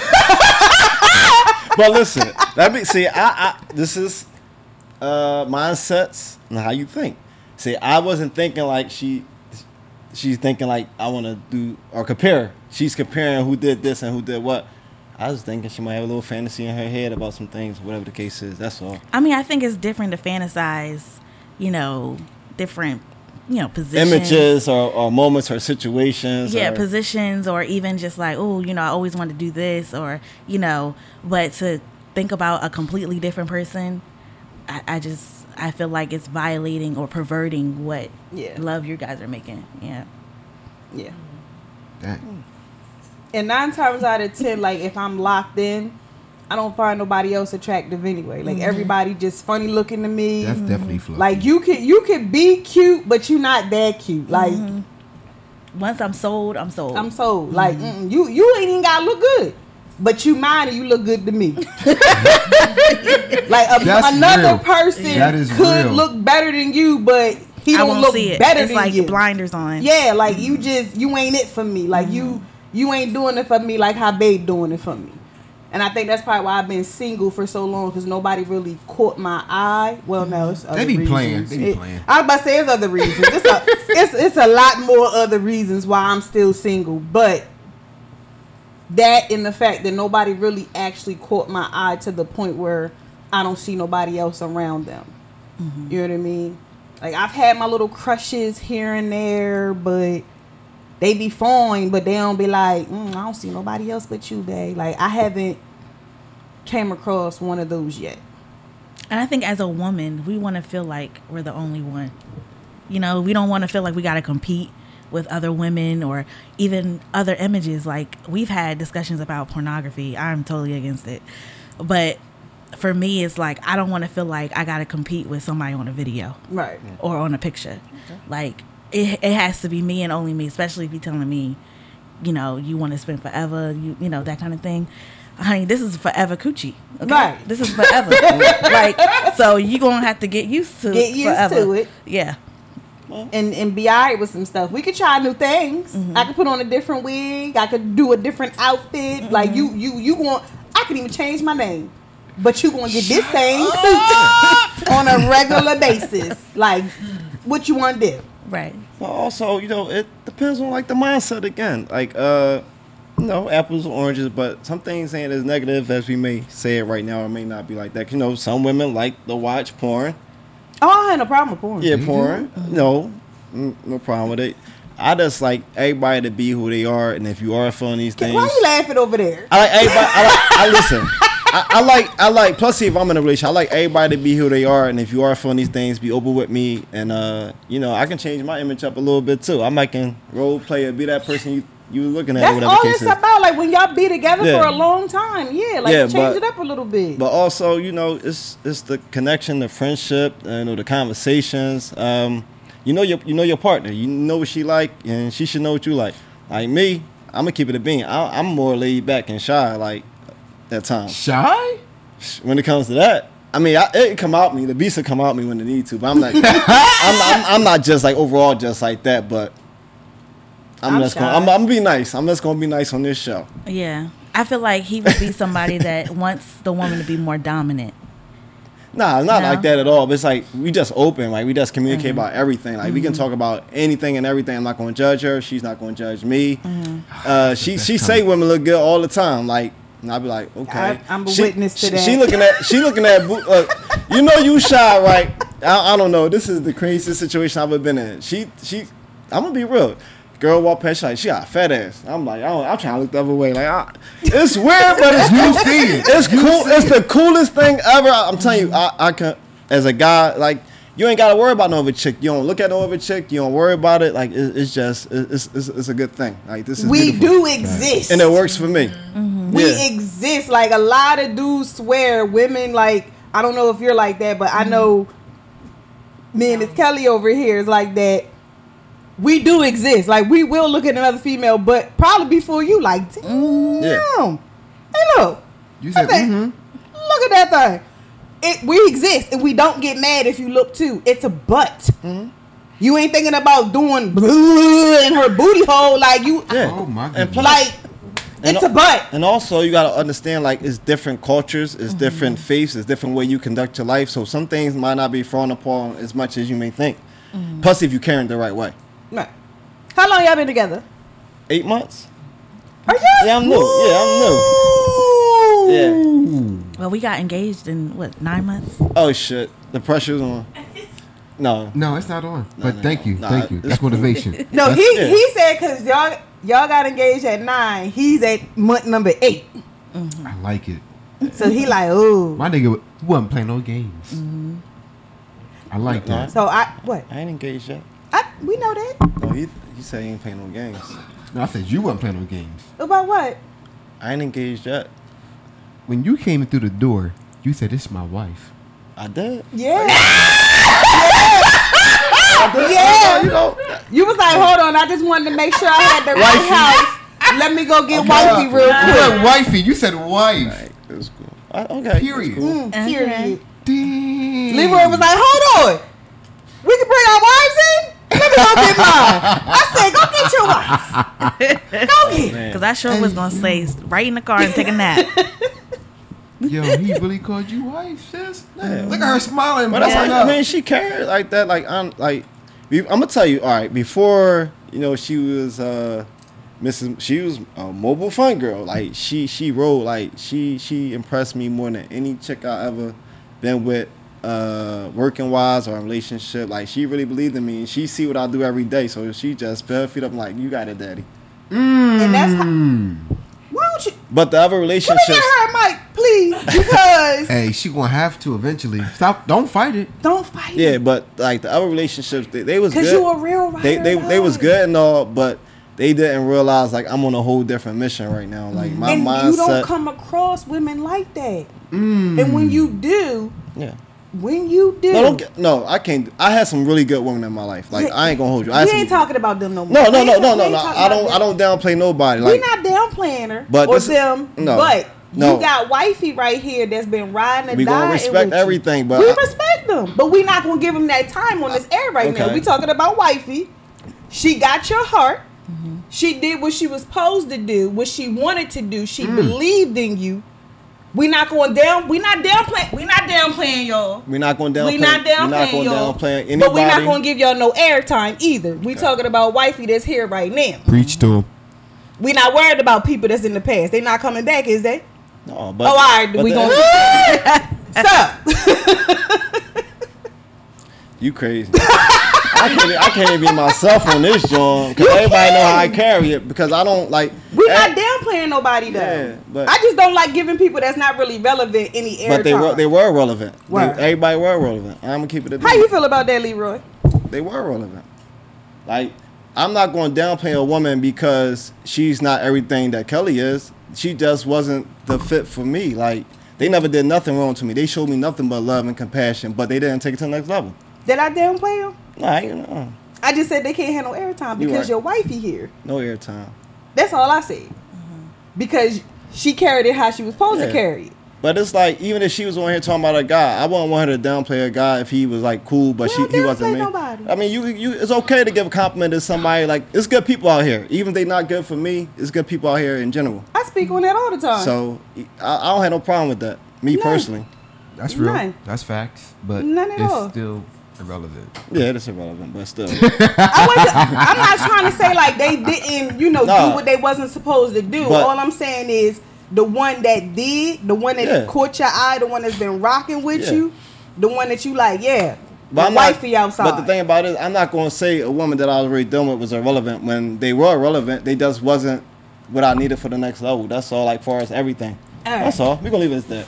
[SPEAKER 6] but listen, that be see, I, I this is uh mindsets and how you think. See, I wasn't thinking like she she's thinking like I wanna do or compare. She's comparing who did this and who did what. I was thinking she might have a little fantasy in her head about some things, whatever the case is. That's all.
[SPEAKER 5] I mean, I think it's different to fantasize, you know, different, you know, positions.
[SPEAKER 6] Images or, or moments or situations.
[SPEAKER 5] Yeah,
[SPEAKER 6] or-
[SPEAKER 5] positions or even just like, oh, you know, I always wanted to do this or, you know, but to think about a completely different person, I, I just, I feel like it's violating or perverting what
[SPEAKER 1] Yeah.
[SPEAKER 5] love you guys are making. Yeah.
[SPEAKER 1] Yeah.
[SPEAKER 3] Dang.
[SPEAKER 1] And nine times out of ten, like if I'm locked in, I don't find nobody else attractive anyway. Like
[SPEAKER 5] Mm-hmm.
[SPEAKER 1] everybody just funny looking to me.
[SPEAKER 3] That's definitely fluffy.
[SPEAKER 1] like you could you could be cute, but you not that cute. Like
[SPEAKER 5] Mm-hmm. Once I'm sold, I'm sold.
[SPEAKER 1] I'm
[SPEAKER 5] Mm-hmm.
[SPEAKER 1] sold. Like mm you you ain't even gotta look good, but you mind and you look good to me. like a,
[SPEAKER 3] That's
[SPEAKER 1] another
[SPEAKER 3] real.
[SPEAKER 1] person
[SPEAKER 3] That is
[SPEAKER 1] could
[SPEAKER 3] real.
[SPEAKER 1] look better than you, but he
[SPEAKER 5] I
[SPEAKER 1] don't
[SPEAKER 5] won't
[SPEAKER 1] look
[SPEAKER 5] see it.
[SPEAKER 1] better
[SPEAKER 5] it's
[SPEAKER 1] than
[SPEAKER 5] like Mm-hmm.
[SPEAKER 1] you.
[SPEAKER 5] blinders on.
[SPEAKER 1] Yeah, like
[SPEAKER 5] Mm-hmm.
[SPEAKER 1] you just you ain't it for me. Like you you ain't doing it for me like how babe doing it for me. And I think that's probably why I've been single for so long because nobody really caught my eye. Well, no, it's other
[SPEAKER 3] be
[SPEAKER 1] reasons.
[SPEAKER 3] playing. They be
[SPEAKER 1] It-
[SPEAKER 3] playing.
[SPEAKER 1] I was about to say it's other reasons. It's a, it's it's a lot more other reasons why I'm still single, but that and the fact that nobody really actually caught my eye to the point where I don't see nobody else around them. You know what I mean? Like I've had my little crushes here and there, but they be fine, but they don't be like, mm, I don't see nobody else but you, babe. Like I haven't came across one of those yet.
[SPEAKER 5] And I think as a woman, we want to feel like we're the only one. You know, we don't want to feel like we got to compete with other women or even other images. Like we've had discussions about pornography. I'm totally against it. But for me, it's like I don't want to feel like I got to compete with somebody on a video
[SPEAKER 1] Right.
[SPEAKER 5] or on a picture. Like it, it has to be me and only me, especially if you're telling me, you know, you want to spend forever, you you know that kind of thing. Honey, this is forever coochie. Okay?
[SPEAKER 1] Right.
[SPEAKER 5] This is forever. like so, you gonna have to get used to
[SPEAKER 1] Get used
[SPEAKER 5] forever.
[SPEAKER 1] to it.
[SPEAKER 5] Yeah.
[SPEAKER 1] And and be alright with some stuff. We could try new things. I could put on a different wig. I could do a different outfit. Like you you you want I could even change my name. But you gonna get this same coochie on a regular basis. Like what you wanna do.
[SPEAKER 5] Right.
[SPEAKER 6] Well, also, you know, it depends on like the mindset again. Like, uh, you know, apples and oranges, but some things ain't as negative as we may say it right now. It may not be like that. 'Cause, You know, some women like to watch porn.
[SPEAKER 1] Oh, I had no problem with porn.
[SPEAKER 6] Yeah, porn.
[SPEAKER 1] Mm-hmm.
[SPEAKER 6] No, mm, no problem with it. I just like everybody to be who they are, and if you are feeling these things,
[SPEAKER 1] Why you laughing over there?
[SPEAKER 6] I like everybody. I, like, I listen. I, I like. I like. Plus, see, if I'm in a relationship, I like everybody to be who they are, and if you are feeling these things, be open with me, and uh, you know, I can change my image up a little bit too. I might can role play or be that person you you were looking at, or
[SPEAKER 1] That's
[SPEAKER 6] whatever
[SPEAKER 1] all
[SPEAKER 6] the
[SPEAKER 1] it's
[SPEAKER 6] case is.
[SPEAKER 1] about. Like when y'all be together
[SPEAKER 6] Yeah.
[SPEAKER 1] for a long time, yeah. Like
[SPEAKER 6] Yeah,
[SPEAKER 1] change
[SPEAKER 6] but-
[SPEAKER 1] it up a little bit.
[SPEAKER 6] But also, you know, it's it's the connection, the friendship, uh, you know, the conversations. Um, you know your you know your partner. You know what she like, and she should know what you like. Like me, I'm gonna keep it a bean. I, I'm more laid back and shy, like at times.
[SPEAKER 3] Shy?
[SPEAKER 6] when it comes to that. I mean, I, it come out me. The beast will come out me when they need to, but I'm like, I'm, I'm, I'm not just like overall just like that. But I'm,
[SPEAKER 1] I'm
[SPEAKER 6] just gonna,
[SPEAKER 1] shy.
[SPEAKER 6] I'm, I'm be nice. I'm just gonna be nice on this show.
[SPEAKER 5] Yeah. I feel like he would be somebody that wants the woman to be more dominant.
[SPEAKER 6] Nah, not
[SPEAKER 5] No.
[SPEAKER 6] like that at all. But it's like we just open, like we just communicate
[SPEAKER 1] Mm-hmm.
[SPEAKER 6] about everything. Like we can talk about anything and everything. I'm not gonna judge her. She's not gonna judge me.
[SPEAKER 1] Mm-hmm.
[SPEAKER 6] Uh, she she say women look good all the time. Like and I'll be like, okay,
[SPEAKER 1] I- I'm a
[SPEAKER 6] She-
[SPEAKER 1] witness to
[SPEAKER 6] she,
[SPEAKER 1] that.
[SPEAKER 6] She looking at she looking at boo- uh, you know you shy right. I, I don't know. This is the craziest situation I've ever been in. She she I'm gonna be real. Girl walk past she like she got a fat ass. I'm like I don't, I'm trying to look the other way. Like I, it's weird, but it's
[SPEAKER 3] You see it.
[SPEAKER 6] it's cool. It's the coolest thing ever. I- I'm telling you, I, I can as a guy like you ain't gotta worry about no other chick. You don't look at no other chick. You don't worry about it. Like it, it's just it- it's, it's it's a good thing. Like this is
[SPEAKER 1] we
[SPEAKER 6] beautiful.
[SPEAKER 1] do Mm-hmm. exist.
[SPEAKER 6] and it works for me.
[SPEAKER 1] we
[SPEAKER 6] Yeah.
[SPEAKER 1] exist. Like a lot of dudes swear women like I don't know if you're like that, but I know me and Miss Kelly over here is like that. We do exist. Like we will look at another female, but probably before you like damn. Hey look.
[SPEAKER 3] You said,
[SPEAKER 1] Okay.
[SPEAKER 3] mm-hmm.
[SPEAKER 1] Look at that thing. It we exist and we don't get mad if you look too. It's a butt. You ain't thinking about doing blue in her booty hole like you
[SPEAKER 6] Yeah.
[SPEAKER 3] Oh my
[SPEAKER 6] And
[SPEAKER 3] goodness.
[SPEAKER 6] plus-
[SPEAKER 1] like
[SPEAKER 6] And
[SPEAKER 1] it's a
[SPEAKER 6] al-
[SPEAKER 1] butt.
[SPEAKER 6] And also, you gotta understand like it's different cultures, it's different faiths, it's different way you conduct your life. So some things might not be thrown upon as much as you may think. Plus, if you carry it the right way,
[SPEAKER 1] No. How long y'all been together?
[SPEAKER 6] eight months.
[SPEAKER 1] Are y'all?
[SPEAKER 6] Yeah, I'm new. Yeah, I'm new.
[SPEAKER 1] Ooh.
[SPEAKER 6] Yeah.
[SPEAKER 5] Well, we got engaged in what nine months?
[SPEAKER 6] Oh shit, the pressure's on. No,
[SPEAKER 3] No, it's not on. but
[SPEAKER 6] no,
[SPEAKER 3] thank
[SPEAKER 6] no.
[SPEAKER 3] you,
[SPEAKER 6] Nah,
[SPEAKER 3] thank you.
[SPEAKER 6] it's
[SPEAKER 3] That's motivation.
[SPEAKER 1] No, he
[SPEAKER 6] Yeah.
[SPEAKER 1] he said because y'all y'all got engaged at nine. He's at month number eight.
[SPEAKER 3] I like it.
[SPEAKER 1] So he like ooh.
[SPEAKER 3] My nigga wasn't playing no games.
[SPEAKER 6] Mm-hmm.
[SPEAKER 3] I like that.
[SPEAKER 1] So I what?
[SPEAKER 6] I ain't engaged yet.
[SPEAKER 1] I, we know that
[SPEAKER 6] No, he, he said he ain't playing no games.
[SPEAKER 3] No, I said you wasn't playing no games.
[SPEAKER 1] about what?
[SPEAKER 6] I ain't engaged yet.
[SPEAKER 3] When you came in through the door, you said, "This is my wife."
[SPEAKER 6] I did.
[SPEAKER 1] Yeah. yeah.
[SPEAKER 6] You know,
[SPEAKER 1] You was like, hold on. I just wanted to make sure I had the right
[SPEAKER 3] Wifey.
[SPEAKER 1] house. Let me go get wifey real
[SPEAKER 3] You
[SPEAKER 1] quick.
[SPEAKER 3] said wifey. You said wife.
[SPEAKER 6] like, it was cool. I, okay. it was
[SPEAKER 3] Period.
[SPEAKER 6] cool.
[SPEAKER 1] Mm, Period.
[SPEAKER 3] Damn.
[SPEAKER 1] Leroy was like, hold on. We can bring our wives in? Let me go get mine. I said, go get your wife. Go get. Mm-hmm.
[SPEAKER 5] Because I sure was gonna say right in the car and take a nap.
[SPEAKER 3] Yo, he really called you wife, sis. Look at her smiling.
[SPEAKER 6] But that's
[SPEAKER 3] blowing
[SPEAKER 6] like,
[SPEAKER 3] up.
[SPEAKER 6] I mean, she cared like that. Like I'm like, I'm gonna tell you. All right, before you know, she was uh, Mrs. She was a mobile fun girl. Like she she rode like she she impressed me more than any chick I ever been with. Uh, working wise or in relationship, like she really believed in me, and she see what I do every day. So she just bare feet up, like you got it, daddy.
[SPEAKER 8] And that's how,
[SPEAKER 1] Why don't you
[SPEAKER 6] But the other
[SPEAKER 1] let me
[SPEAKER 6] relationships,
[SPEAKER 1] get her a mic, please? Because
[SPEAKER 3] Hey, she gonna have to eventually. Stop! Don't fight it.
[SPEAKER 1] don't fight.
[SPEAKER 6] yeah, but like the other relationships, they, they was
[SPEAKER 1] Because
[SPEAKER 6] good.
[SPEAKER 1] you a real rider.
[SPEAKER 6] they they, they was
[SPEAKER 1] dog.
[SPEAKER 6] good and all, but they didn't realize like I'm on a whole different mission right now. Like my
[SPEAKER 1] and
[SPEAKER 6] mindset. Mm.
[SPEAKER 1] you don't come across women like that. And when you do,
[SPEAKER 6] yeah.
[SPEAKER 1] when you do,
[SPEAKER 6] No, don't get, no, I can't. I had some really good women in my life. Like I ain't gonna hold you. I had
[SPEAKER 1] we
[SPEAKER 6] some-
[SPEAKER 1] ain't talking about them no more.
[SPEAKER 6] No, no,
[SPEAKER 1] We ain't
[SPEAKER 6] no,
[SPEAKER 1] talk-
[SPEAKER 6] no,
[SPEAKER 1] we
[SPEAKER 6] no,
[SPEAKER 1] ain't
[SPEAKER 6] no.
[SPEAKER 1] talking
[SPEAKER 6] I
[SPEAKER 1] about
[SPEAKER 6] don't.
[SPEAKER 1] them.
[SPEAKER 6] I don't downplay nobody. Like
[SPEAKER 1] we not downplaying her
[SPEAKER 6] But
[SPEAKER 1] or
[SPEAKER 6] this-
[SPEAKER 1] them,
[SPEAKER 6] no,
[SPEAKER 1] but
[SPEAKER 6] no.
[SPEAKER 1] you got wifey right here that's been riding and
[SPEAKER 6] We gonna
[SPEAKER 1] dying.
[SPEAKER 6] respect
[SPEAKER 1] with you.
[SPEAKER 6] everything, but
[SPEAKER 1] we
[SPEAKER 6] I-
[SPEAKER 1] respect them, but we not gonna give them that time on this air right now.
[SPEAKER 6] Okay.
[SPEAKER 1] We talking about wifey. She got your heart. She did what she was supposed to do, what she wanted to do.
[SPEAKER 6] Mm.
[SPEAKER 1] She believed in you. We not going down. We not downplaying. We not downplaying y'all.
[SPEAKER 6] we're not gonna downplay.
[SPEAKER 1] We not downplaying
[SPEAKER 6] We're
[SPEAKER 1] y'all,
[SPEAKER 6] not gonna downplay anybody.
[SPEAKER 1] but we not gonna give y'all no airtime either. We talking about wifey that's here right now.
[SPEAKER 3] Preach to him.
[SPEAKER 1] We not worried about people that's in the past. They not coming back, is they?
[SPEAKER 6] No, but
[SPEAKER 1] oh, all right.
[SPEAKER 6] but
[SPEAKER 1] We
[SPEAKER 6] the-
[SPEAKER 1] gonna stop.
[SPEAKER 6] You crazy. I can't, I can't even be myself on this joint because everybody know how I carry it because I don't like.
[SPEAKER 1] We
[SPEAKER 6] eh,
[SPEAKER 1] not downplaying nobody though.
[SPEAKER 6] Yeah, but-
[SPEAKER 1] I just don't like giving people that's not really relevant any airtime.
[SPEAKER 6] But they were they were relevant. They-
[SPEAKER 1] Word.
[SPEAKER 6] everybody were relevant. I'm gonna keep it. a
[SPEAKER 1] How
[SPEAKER 6] bean.
[SPEAKER 1] you feel about that, Leroy?
[SPEAKER 6] they were relevant. Like, I'm not going to downplay a woman because she's not everything that Kelly is. She just wasn't the fit for me. Like, they never did nothing wrong to me. They showed me nothing but love and compassion, but they didn't take it to the next level.
[SPEAKER 1] Did I downplay them?
[SPEAKER 6] Nah, I ain't, uh,
[SPEAKER 1] I just said they can't handle airtime
[SPEAKER 6] You
[SPEAKER 1] because
[SPEAKER 6] right.
[SPEAKER 1] your wifey here.
[SPEAKER 6] no airtime.
[SPEAKER 1] That's all I said. Because she carried it how she was supposed
[SPEAKER 6] Mm-hmm. Yeah.
[SPEAKER 1] to carry it.
[SPEAKER 6] But it's like, even if she was on here talking about a guy, I wouldn't want her to downplay a guy if he was like cool, but
[SPEAKER 1] We
[SPEAKER 6] she
[SPEAKER 1] don't
[SPEAKER 6] he wasn't
[SPEAKER 1] downplay
[SPEAKER 6] me.
[SPEAKER 1] nobody.
[SPEAKER 6] I mean, you you it's okay to give a compliment to somebody. Like, it's good people out here. Even if they not good for me, it's good people out here in general.
[SPEAKER 1] I speak on that all the time.
[SPEAKER 6] So I, I don't have no problem with that. Me
[SPEAKER 1] No.
[SPEAKER 6] personally.
[SPEAKER 3] That's real.
[SPEAKER 1] None.
[SPEAKER 3] That's facts. But
[SPEAKER 1] None at
[SPEAKER 3] it's
[SPEAKER 1] all.
[SPEAKER 3] still irrelevant.
[SPEAKER 6] Yeah, that's irrelevant, but still.
[SPEAKER 1] I wasn't, I'm not trying to say like they didn't, you know,
[SPEAKER 6] Nah.
[SPEAKER 1] do what they wasn't supposed to do.
[SPEAKER 6] But-
[SPEAKER 1] All I'm saying is the one that did, the one that
[SPEAKER 6] Yeah.
[SPEAKER 1] caught your eye, the one that's been rocking with
[SPEAKER 6] Yeah.
[SPEAKER 1] you, the one that you like, yeah,
[SPEAKER 6] But
[SPEAKER 1] the
[SPEAKER 6] I'm not-
[SPEAKER 1] wifey outside.
[SPEAKER 6] But the thing about it, I'm not going to say a woman that I was already dealing with was irrelevant when they were relevant. They just wasn't what I needed for the next level. That's all, like far as everything.
[SPEAKER 1] Alright.
[SPEAKER 6] That's all. We're gonna leave it at that.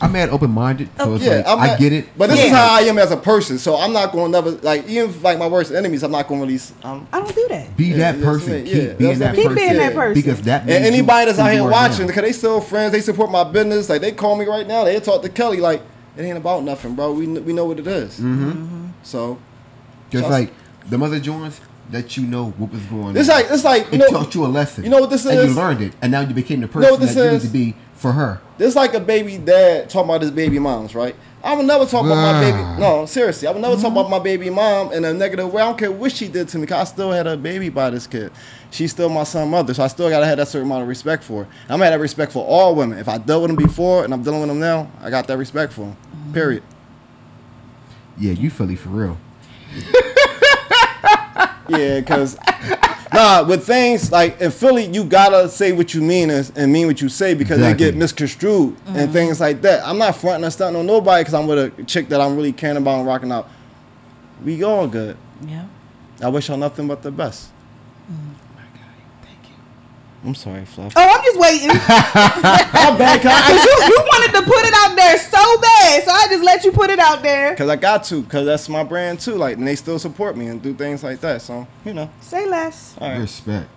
[SPEAKER 3] I'm mad open minded. So it's
[SPEAKER 6] Oh, yeah,
[SPEAKER 3] like,
[SPEAKER 6] I'm
[SPEAKER 3] i
[SPEAKER 6] not-
[SPEAKER 3] get it.
[SPEAKER 6] But this is
[SPEAKER 1] Yeah.
[SPEAKER 6] how I am as a person. So I'm not going to never like even if, like my worst enemies. I'm not going to release. Um,
[SPEAKER 1] I don't do that.
[SPEAKER 3] be
[SPEAKER 6] Yeah,
[SPEAKER 3] that
[SPEAKER 6] that's what I
[SPEAKER 3] person.
[SPEAKER 6] mean.
[SPEAKER 3] Keep
[SPEAKER 6] Yeah,
[SPEAKER 3] being
[SPEAKER 6] that's what I
[SPEAKER 3] that
[SPEAKER 6] mean.
[SPEAKER 1] Keep
[SPEAKER 3] person.
[SPEAKER 1] being that person.
[SPEAKER 3] Because that
[SPEAKER 6] and
[SPEAKER 3] made you
[SPEAKER 6] anybody that's
[SPEAKER 3] who
[SPEAKER 6] out
[SPEAKER 3] you
[SPEAKER 6] here
[SPEAKER 3] are
[SPEAKER 6] watching,
[SPEAKER 3] now.
[SPEAKER 6] because they still friends, they support my business. Like they call me right now. They talk to Kelly. Like it ain't about nothing, bro. We kn- we know what it is.
[SPEAKER 3] Mm-hmm.
[SPEAKER 6] So
[SPEAKER 3] Just
[SPEAKER 6] Just-
[SPEAKER 3] like the mother Jones let you know what was going
[SPEAKER 6] It's
[SPEAKER 3] on.
[SPEAKER 6] like- it's like, you
[SPEAKER 3] it
[SPEAKER 6] know-
[SPEAKER 3] taught you a lesson.
[SPEAKER 6] you know what this
[SPEAKER 3] and
[SPEAKER 6] is?
[SPEAKER 3] you learned it, and now you became the
[SPEAKER 6] know
[SPEAKER 3] person
[SPEAKER 6] what this
[SPEAKER 3] that you need
[SPEAKER 6] is?
[SPEAKER 3] to be for her.
[SPEAKER 6] This like a baby dad talking about his baby moms, right? I would never talk about my baby. No, seriously, I would never talk about my baby mom in a negative way. I don't care what she did to me, cause I still had a baby by this kid. She's still my son mother, so I still gotta have that certain amount of respect for her. I'm gonna have that respect for all women. If I dealt with them before and I'm dealing with them now, I got that respect for them. Period.
[SPEAKER 3] Yeah, you Philly for real.
[SPEAKER 6] Yeah, cause nah, with things like in Philly, you gotta say what you mean and, and mean what you say because
[SPEAKER 3] Exactly.
[SPEAKER 6] they get misconstrued and things like that. I'm not fronting or stunting on nobody because I'm with a chick that I'm really caring about and rocking out. We all good.
[SPEAKER 5] Yeah.
[SPEAKER 6] I wish her nothing but the best. I'm sorry, Fluff.
[SPEAKER 1] Oh, I'm just waiting.
[SPEAKER 6] I'm bad because
[SPEAKER 1] you, you wanted to put it out there so bad, so I just let you put it out there.
[SPEAKER 6] I got to because that's my brand too. Like, and they still support me and do things like that. So you know,
[SPEAKER 1] Say less.
[SPEAKER 6] all right.
[SPEAKER 3] Respect.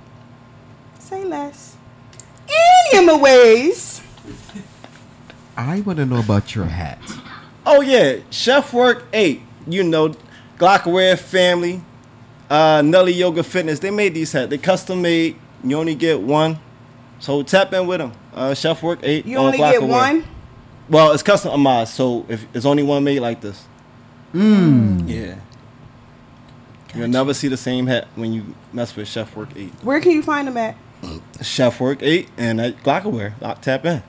[SPEAKER 1] Say less. Anyways,
[SPEAKER 3] I want to know about your hat.
[SPEAKER 6] Oh yeah, Chef Work Eight. You know, Glockware Family, uh, Nelly Yoga Fitness. They made these hats. They custom made. You only get one, so tap in with them. Uh, Chef Work Eight.
[SPEAKER 1] you
[SPEAKER 6] on
[SPEAKER 1] only get
[SPEAKER 6] Glockware.
[SPEAKER 1] one.
[SPEAKER 6] Well, it's customized, so if it's only one made like this. Mmm. Yeah. You'll never see the same hat when you mess with Chef Work Eight.
[SPEAKER 1] Where can you find them at?
[SPEAKER 6] Uh, Chef Work Eight and at Glockaware. Lock tap in.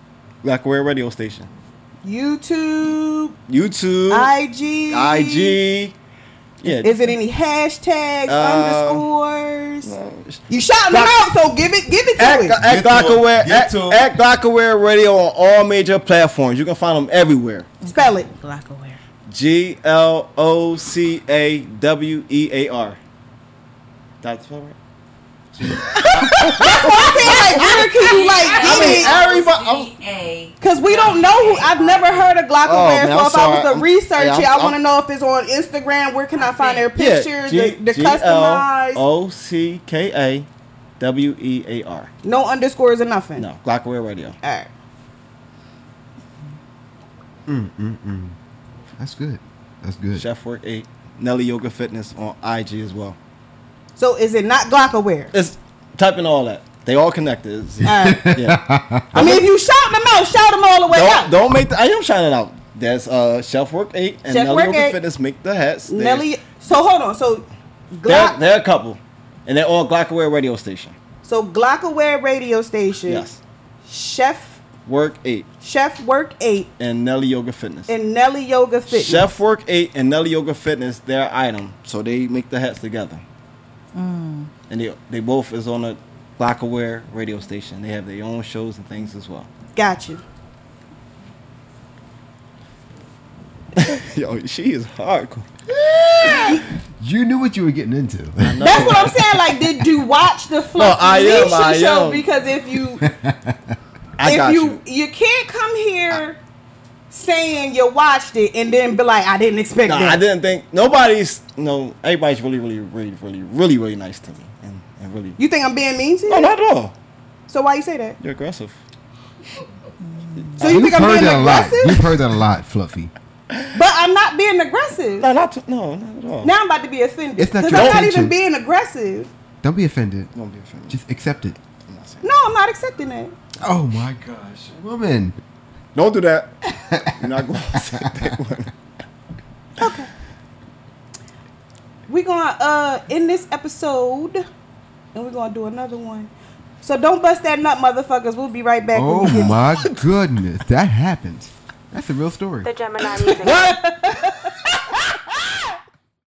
[SPEAKER 6] Glockaware radio station.
[SPEAKER 1] YouTube,
[SPEAKER 6] YouTube,
[SPEAKER 1] IG,
[SPEAKER 6] IG. Yeah.
[SPEAKER 1] Is it any hashtags,
[SPEAKER 6] Uh,
[SPEAKER 1] underscores?
[SPEAKER 6] it?
[SPEAKER 1] You shouting them out, so give it, give it to
[SPEAKER 6] At,
[SPEAKER 1] it.
[SPEAKER 6] at,
[SPEAKER 3] Get to 'em.
[SPEAKER 6] Glockaware,
[SPEAKER 3] Get
[SPEAKER 6] at,
[SPEAKER 3] to 'em.
[SPEAKER 6] at Glockaware Radio on all major platforms. You can find them everywhere.
[SPEAKER 1] Spell it.
[SPEAKER 5] Glockaware.
[SPEAKER 6] G L O C A W E A R. That's spell right.
[SPEAKER 1] Like, where can you like
[SPEAKER 6] I
[SPEAKER 1] get
[SPEAKER 6] mean,
[SPEAKER 1] it?
[SPEAKER 6] everybody. I'm-
[SPEAKER 1] Because we don't know who. I've never heard of
[SPEAKER 6] Oh,
[SPEAKER 1] Glockaware,
[SPEAKER 6] man,
[SPEAKER 1] so
[SPEAKER 6] I'm
[SPEAKER 1] if I was
[SPEAKER 6] sorry.
[SPEAKER 1] to research
[SPEAKER 6] Yeah,
[SPEAKER 1] it,
[SPEAKER 6] I'm-
[SPEAKER 1] I want to
[SPEAKER 6] I'm-
[SPEAKER 1] know if it's on Instagram. Where can I find their
[SPEAKER 6] yeah.
[SPEAKER 1] pictures?
[SPEAKER 6] G-
[SPEAKER 1] the the
[SPEAKER 6] G L
[SPEAKER 1] customized.
[SPEAKER 6] O C K A W E A R.
[SPEAKER 1] No underscores or nothing.
[SPEAKER 6] No, Glockaware Radio.
[SPEAKER 1] All right.
[SPEAKER 3] That's good. That's good.
[SPEAKER 6] Chef Work 8. Nelly Yoga Fitness on IG as well.
[SPEAKER 1] So is it not Glockaware?
[SPEAKER 6] It's type in all that. They all connected. It's-
[SPEAKER 1] All right.
[SPEAKER 6] yeah.
[SPEAKER 1] I mean, if you shout them out, shout them all the way
[SPEAKER 6] don't,
[SPEAKER 1] out.
[SPEAKER 6] don't make the, I am shining out. That's uh Chef Work 8 and
[SPEAKER 1] Chef
[SPEAKER 6] Nelly
[SPEAKER 1] Work
[SPEAKER 6] Yoga
[SPEAKER 1] 8.
[SPEAKER 6] Fitness make the hats. They're-
[SPEAKER 1] Nelly. So hold on. So
[SPEAKER 6] They're,
[SPEAKER 1] Glock.
[SPEAKER 6] they're a couple. And they're all Glockaware radio station.
[SPEAKER 1] So Glockaware radio station.
[SPEAKER 6] Yes.
[SPEAKER 1] Chef
[SPEAKER 6] Work 8
[SPEAKER 1] Chef Work Eight
[SPEAKER 6] and Nelly Yoga Fitness.
[SPEAKER 1] and Nelly Yoga Fitness.
[SPEAKER 6] Chef Work 8 and Nelly Yoga Fitness, their item. So they make the hats together.
[SPEAKER 1] Mm.
[SPEAKER 6] And they, they both is on a Glockaware radio station. They have their own shows and things as well.
[SPEAKER 1] Got you.
[SPEAKER 6] Yo, she is hardcore.
[SPEAKER 3] You knew what you were getting into.
[SPEAKER 1] That's what I'm saying. Like, did you watch the Fluff
[SPEAKER 6] No, I am,
[SPEAKER 1] Nisha
[SPEAKER 6] I
[SPEAKER 1] show?
[SPEAKER 6] am.
[SPEAKER 1] Because if you
[SPEAKER 6] I
[SPEAKER 1] if
[SPEAKER 6] got
[SPEAKER 1] you, you can't come here saying you watched it and then be like, I didn't expect
[SPEAKER 6] No,
[SPEAKER 1] that.
[SPEAKER 6] I didn't think nobody's no everybody's really, really, really, really, really, really nice to me. And, and really
[SPEAKER 1] You think I'm being mean to you?
[SPEAKER 6] Oh, No, not at all.
[SPEAKER 1] So why you say that?
[SPEAKER 6] You're aggressive.
[SPEAKER 1] So you
[SPEAKER 3] You've
[SPEAKER 1] think I'm
[SPEAKER 3] heard
[SPEAKER 1] being
[SPEAKER 3] that a lot. You've
[SPEAKER 1] aggressive?
[SPEAKER 3] heard that a lot, Fluffy.
[SPEAKER 1] But I'm not being aggressive.
[SPEAKER 6] No, not to, no, not at all.
[SPEAKER 1] Now I'm about to be offended
[SPEAKER 3] It's not
[SPEAKER 1] because
[SPEAKER 3] your
[SPEAKER 1] I'm not
[SPEAKER 3] intention.
[SPEAKER 1] even being aggressive.
[SPEAKER 3] Don't be offended.
[SPEAKER 6] Don't be offended.
[SPEAKER 3] Just accept it.
[SPEAKER 6] I'm not saying-
[SPEAKER 1] No, I'm not accepting that.
[SPEAKER 3] Oh my gosh, woman.
[SPEAKER 6] Don't do that. You're not going to say that word.
[SPEAKER 1] We're gonna uh end this episode and we're gonna do another one. So don't bust that nut, motherfuckers. We'll be right back.
[SPEAKER 3] Oh my goodness, that happened. That's a real story.
[SPEAKER 4] The Gemini Music Group.
[SPEAKER 6] What?